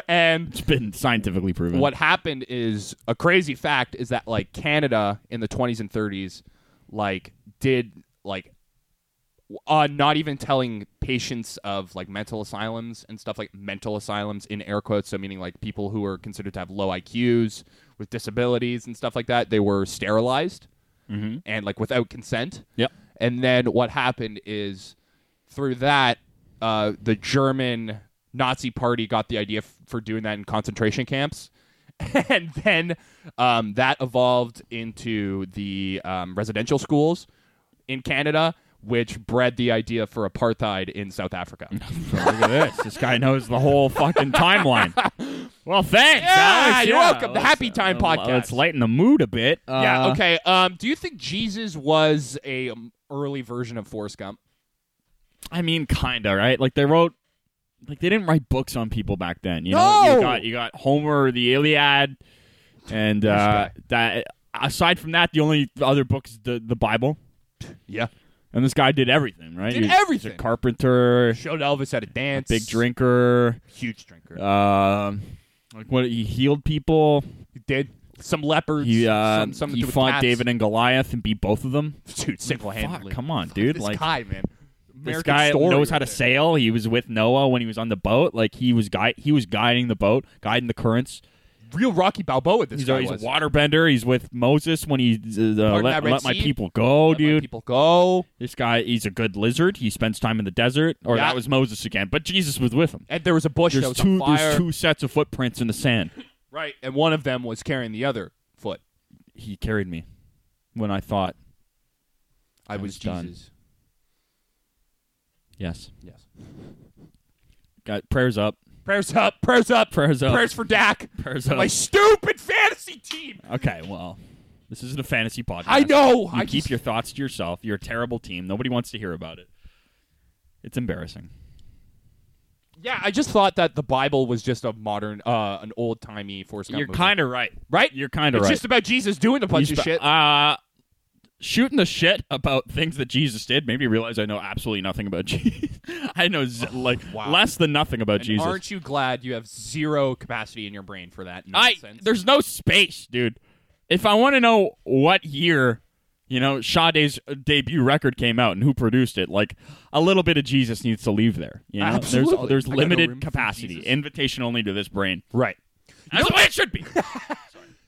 S4: and
S3: it's been scientifically proven.
S4: what happened is a crazy fact is that like Canada in the 20s and 30s like did like w- uh not even telling patients of like mental asylums and stuff like mental asylums in air quotes so meaning like people who are considered to have low IQs with disabilities and stuff like that they were sterilized
S3: Mhm.
S4: and like without consent
S3: Yep.
S4: and then what happened is through that, uh, the German Nazi party got the idea f- for doing that in concentration camps. and then um, that evolved into the um, residential schools in Canada, which bred the idea for apartheid in South Africa.
S3: So look at this. This guy knows the whole fucking timeline. Well, thanks.
S4: Yeah,
S3: Alex.
S4: Ah, you're
S3: Yeah,
S4: welcome. The
S3: let's,
S4: Happy Time
S3: uh,
S4: podcast.
S3: Let's lighten the mood a bit. Uh,
S4: yeah, okay. Um, do you think Jesus was a um, early version of Forrest Gump?
S3: I mean, kinda, right? Like they wrote, like they didn't write books on people back then. You know,
S4: No!
S3: you got you got Homer, the Iliad, and uh, that. Aside from that, the only other book is the the Bible.
S4: Yeah.
S3: And this guy did everything, right?
S4: Did
S3: He was
S4: everything.
S3: A carpenter,
S4: Showed Elvis at a dance.
S3: big drinker.
S4: Huge drinker.
S3: Um, like what he healed people.
S4: He did some leopards.
S3: He uh,
S4: some, something
S3: he
S4: to do with
S3: fought
S4: cats.
S3: David and Goliath and beat both of them.
S4: dude single handedly.
S3: Fuck, come on, dude!
S4: This
S3: like
S4: guy, man.
S3: this
S4: American
S3: guy
S4: story
S3: knows how
S4: right
S3: to
S4: there.
S3: sail. He was with Noah when he was on the boat. Like he was guide he was guiding the boat, guiding the currents.
S4: Real Rocky Balboa. This
S3: He's
S4: guy
S3: a, he's a
S4: was.
S3: waterbender. He's with Moses when he uh,
S4: that
S3: let,
S4: Red
S3: let my
S4: Sea.
S3: people go,
S4: Let my
S3: dude.
S4: people go.
S3: This guy, he's a good lizard. He spends time in the desert, or
S4: Yeah.
S3: that was Moses again. But Jesus was with him.
S4: And there was a bush that
S3: There's
S4: was
S3: two.
S4: on fire.
S3: There's two sets of footprints in the sand.
S4: Right, and one of them was carrying the other foot.
S3: He carried me when I thought
S4: I, was,
S3: was done.
S4: Jesus.
S3: yes.
S4: Yes.
S3: Got prayers up.
S4: Prayers up. Prayers up.
S3: Prayers up.
S4: Prayers for Dak.
S3: Prayers up.
S4: My stupid fantasy team.
S3: okay, well, this isn't a fantasy podcast.
S4: I know.
S3: You
S4: I
S3: keep
S4: just-
S3: your thoughts to yourself. You're a terrible team. Nobody wants to hear about it. It's embarrassing.
S4: Yeah, I just thought that the Bible was just a modern, uh, an old timey Forrest Gump.
S3: You're kind of right.
S4: right.
S3: You're kind of
S4: It's
S3: right.
S4: just about Jesus doing a bunch
S3: You
S4: of
S3: sp-
S4: shit.
S3: Uh, shooting the shit about things that Jesus did made me realize I know absolutely nothing about Jesus. I know z- like
S4: Oh, wow.
S3: less than nothing about
S4: And
S3: Jesus.
S4: Aren't you glad you have zero capacity in your brain for that
S3: I
S4: nonsense?
S3: there's no space, dude. If I want to know what year, you know, Sade's uh, debut record came out and who produced it, like a little bit of Jesus needs to leave there. You know,
S4: Absolutely.
S3: there's
S4: I
S3: there's
S4: got no room
S3: limited
S4: for
S3: capacity,
S4: Jesus.
S3: invitation only to this brain.
S4: right.
S3: That's the way it should be.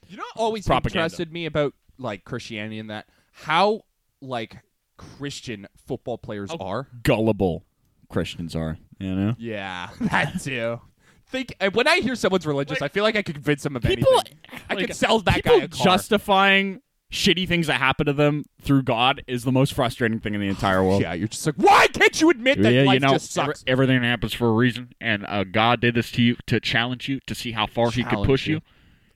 S4: You know, what always
S3: Propaganda.
S4: interested me about like Christianity and that how like Christian football players are.
S3: Gullible Christians are, you know.
S4: Yeah, that too. Think and when I hear someone's religious, I feel like I could convince them of
S3: People-
S4: anything. I could sell that guy
S3: people
S4: a car.
S3: justifying shitty things that happen to them through God is the most frustrating thing in the entire world.
S4: Yeah, you're just like, why can't you admit that life just
S3: ev-
S4: sucks?
S3: everything happens for a reason, and uh, God did this to you to challenge you to see how far He could
S4: Challenge
S3: push
S4: you.
S3: you.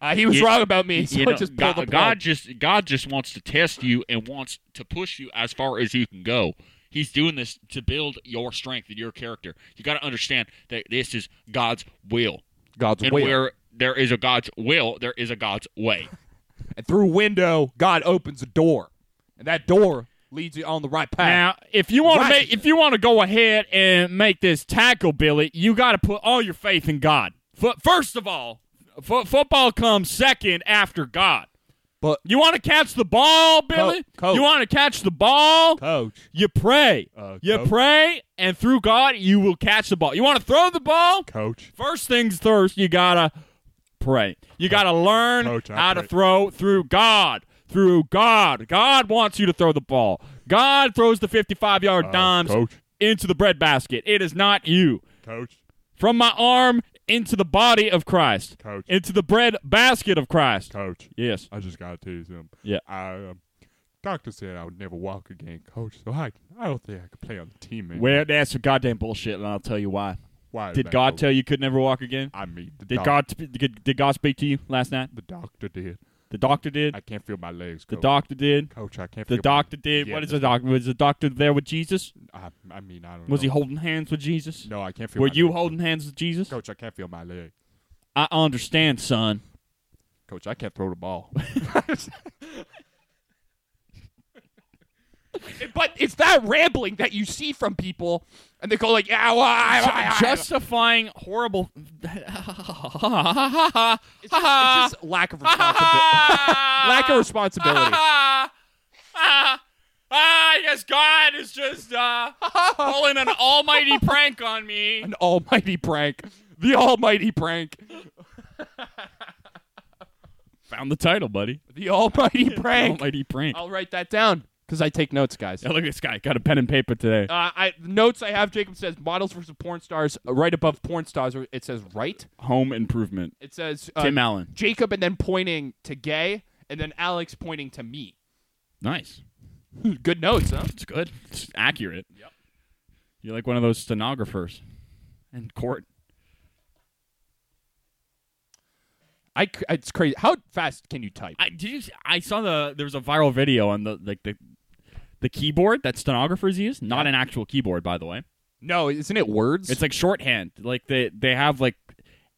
S4: Uh, he was
S3: you-
S4: wrong about me, so
S3: You
S4: I
S3: know,
S4: just
S3: God,
S4: pulled the
S3: God
S4: plug.
S3: just God just wants to test you and wants to push you as far as you can go. He's doing this to build your strength and your character. You got to understand that this is God's will,
S4: God's
S3: and
S4: will.
S3: where there is a God's will, there is a God's way.
S4: and through window, God opens a door, and that door leads you on the right path.
S3: Now, if you want to
S4: Right.
S3: make, if you want to go ahead and make this tackle, Billy, you got to put all your faith in God. Fo- First of all, fo- football comes second after God.
S4: But-
S3: you want to catch the ball, Billy?
S4: coach.
S3: You want to catch the ball?
S4: Coach,
S3: You pray.
S4: Uh,
S3: you
S4: coach.
S3: pray, and through God, you will catch the ball. You want to throw the ball?
S4: coach,
S3: First things first, you gotta pray. You gotta learn
S4: Coach, I
S3: how to
S4: pray.
S3: throw through God. Through God. God wants you to throw the ball. God throws the 55 yard dimes
S4: Uh, coach.
S3: into the bread basket. It is not you.
S4: coach,
S3: From my arm into the body of Christ,
S4: Coach.
S3: into the bread basket of Christ.
S4: coach.
S3: Yes.
S4: I just gotta tell you something.
S3: Yeah.
S4: I, um, doctor said I would never walk again, coach. So I, I don't think I could play on the team anymore.
S3: Well, that's some goddamn bullshit, and I'll tell you why.
S4: Why is
S3: Did
S4: that,
S3: God
S4: coach?
S3: tell you you could never walk again?
S4: I mean, the
S3: Did
S4: doc-
S3: God sp- did, did God speak to you last night?
S4: The doctor did.
S3: The doctor did.
S4: I can't feel my legs.
S3: The
S4: coach.
S3: doctor did.
S4: Coach, I can't.
S3: The
S4: feel
S3: doctor did.
S4: Yeah,
S3: what is
S4: the-
S3: the doctor? Was the doctor there with Jesus?
S4: My, I, I mean, I don't.
S3: Was he
S4: know.
S3: holding hands with Jesus?
S4: No, I can't feel.
S3: Were
S4: my
S3: you
S4: leg.
S3: holding hands with Jesus?
S4: Coach, I can't feel my leg.
S3: I understand, son.
S4: Coach, I can't throw the ball. but it's that rambling that you see from people, and they go like, "Yeah, well, I, I- I- I-"
S3: Justifying horrible.
S4: It's just, it's just lack of responsibility. lack of responsibility.
S3: I guess God is just uh, pulling an almighty prank on me.
S4: An almighty prank. The almighty prank.
S3: Found the title, buddy.
S4: The almighty prank.
S3: Almighty prank.
S4: I'll write that down because I take notes, guys.
S3: Yeah,
S4: Uh,
S3: look at this guy. Got a pen and paper today.
S4: I the notes I have. Jacob says models versus porn stars. Uh, Right above porn stars, it says right.
S3: Home improvement.
S4: It says uh,
S3: Tim Allen.
S4: Jacob and then pointing to gay, and then Alex pointing to me. Hmm,
S3: Nice.
S4: Good notes, huh?
S3: It's good. It's accurate.
S4: Yep.
S3: You're like one of those stenographers in court.
S4: I, c- it's crazy. How fast can you type?
S3: I did. You, see- I saw the there was a viral video on the like the the keyboard that stenographers use. Not an actual keyboard, by the way.
S4: no, isn't it words?
S3: It's like shorthand. Like they they have like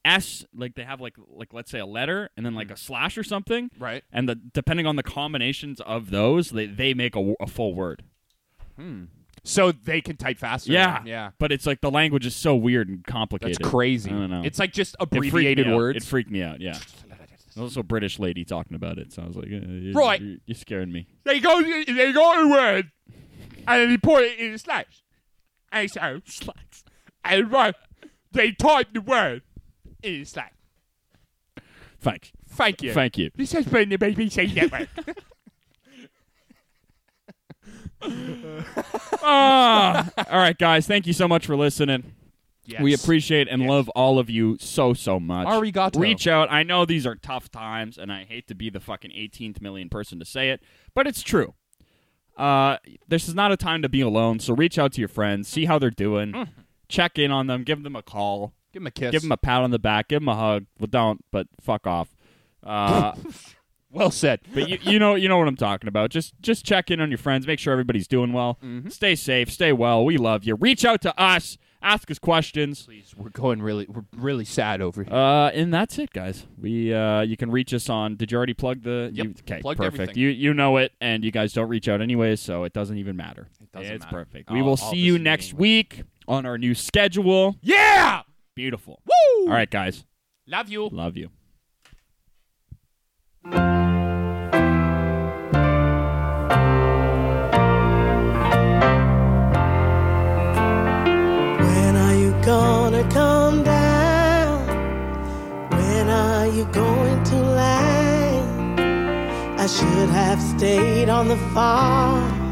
S3: s like they have like like let's say a letter and then
S4: Mm.
S3: like a slash or something.
S4: right.
S3: And the depending on the combinations of those, they they make a, w- a full word.
S4: So they can type faster.
S3: Yeah,
S4: yeah.
S3: But it's like the language is so weird and complicated.
S4: That's crazy.
S3: I don't know.
S4: It's like just
S3: It freaked me
S4: abbreviated
S3: out.
S4: words.
S3: It freaked me out. Yeah. There's also a British lady talking about it, so I was like, uh, you're,
S4: Right.
S3: you're, you're scaring me.
S4: they go. They go to word, and then they put it in a slash. And so slash. And right, they type the word in a slash.
S3: Thanks.
S4: Thank you.
S3: Thank you.
S4: This has been the BBC Network.
S3: Ah, all right, guys. Thank you so much for listening.
S4: yes.
S3: We appreciate and love all of you so so much.
S4: Arigato.
S3: Reach out. I know these are tough times, and I hate to be the fucking 18th million person to say it, but it's true. Uh, this is not a time to be alone. So reach out to your friends, see how they're doing,
S4: Mm-hmm.
S3: check in on them, give them a call.
S4: Give him a kiss.
S3: Give him a pat on the back. Give him a hug. Well, don't, but fuck off. Uh,
S4: well said.
S3: but you, you know, you know what I'm talking about. Just, just check in on your friends. Make sure everybody's doing well.
S4: Mm-hmm.
S3: Stay safe. Stay well. We love you. Reach out to us. Ask us questions.
S4: Please, we're going really, we're really sad over here.
S3: Uh, and that's it, guys. We, uh, you can reach us on. Did you already plug the?
S4: Yep.
S3: You, okay,
S4: Plugged
S3: perfect.
S4: everything.
S3: You, you know it, and you guys don't reach out anyway, so it doesn't even matter. It
S4: doesn't
S3: it's
S4: matter.
S3: perfect. we
S4: All-
S3: will
S4: all
S3: see
S4: this
S3: you
S4: is
S3: next
S4: meaningless.
S3: week on our new schedule.
S4: yeah.
S3: Beautiful.
S4: Woo!
S3: All right, guys.
S4: Love you.
S3: Love you.
S7: When are you gonna come down? When are you going to land? I should have stayed on the farm.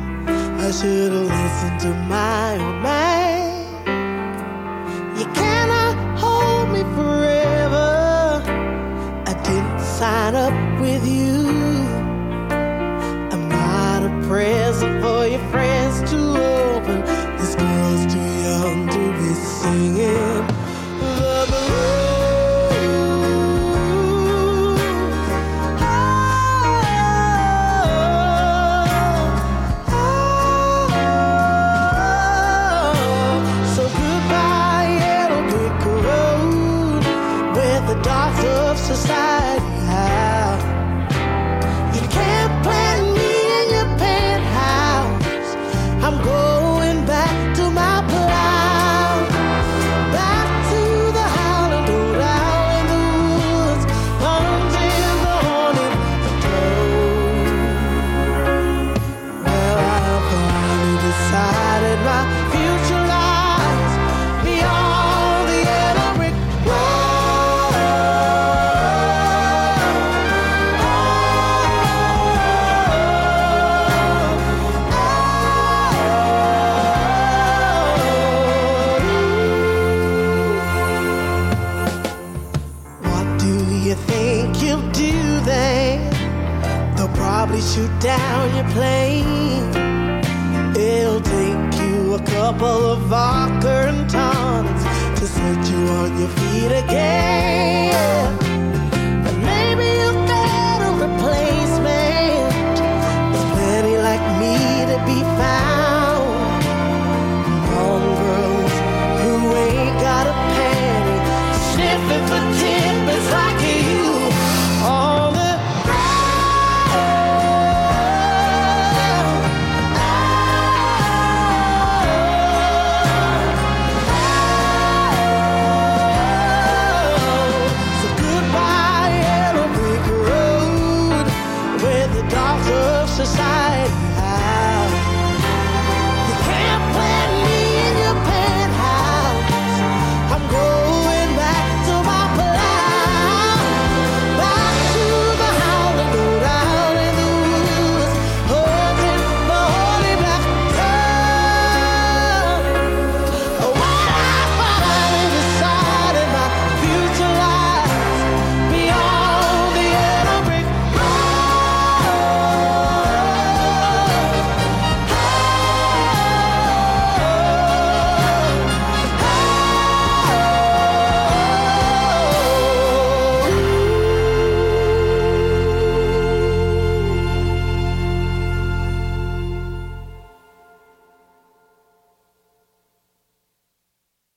S7: I should have listened to my old man. You cannot hold me forever. I didn't sign up with you. present for your friends to open. This girl's too young to be singing the blues. Oh, oh, so goodbye, it'll be cold with the dots of society out. You can't plant me in your penthouse. I'm going back to my plow. Back to the howling road out in the woods. Hunting the haunted toad. Well, I finally decided my future lies beyond the yellow brick wall. What do you think you'll do then? They'll probably shoot down your plane. It'll take you a couple of vodka and tonics to set you on your feet again. And maybe you'll get a replacement. There's plenty like me to be found. Homegirls who ain't got a penny, sniffing for tippers like you on the So goodbye, it'll be road with the dogs of society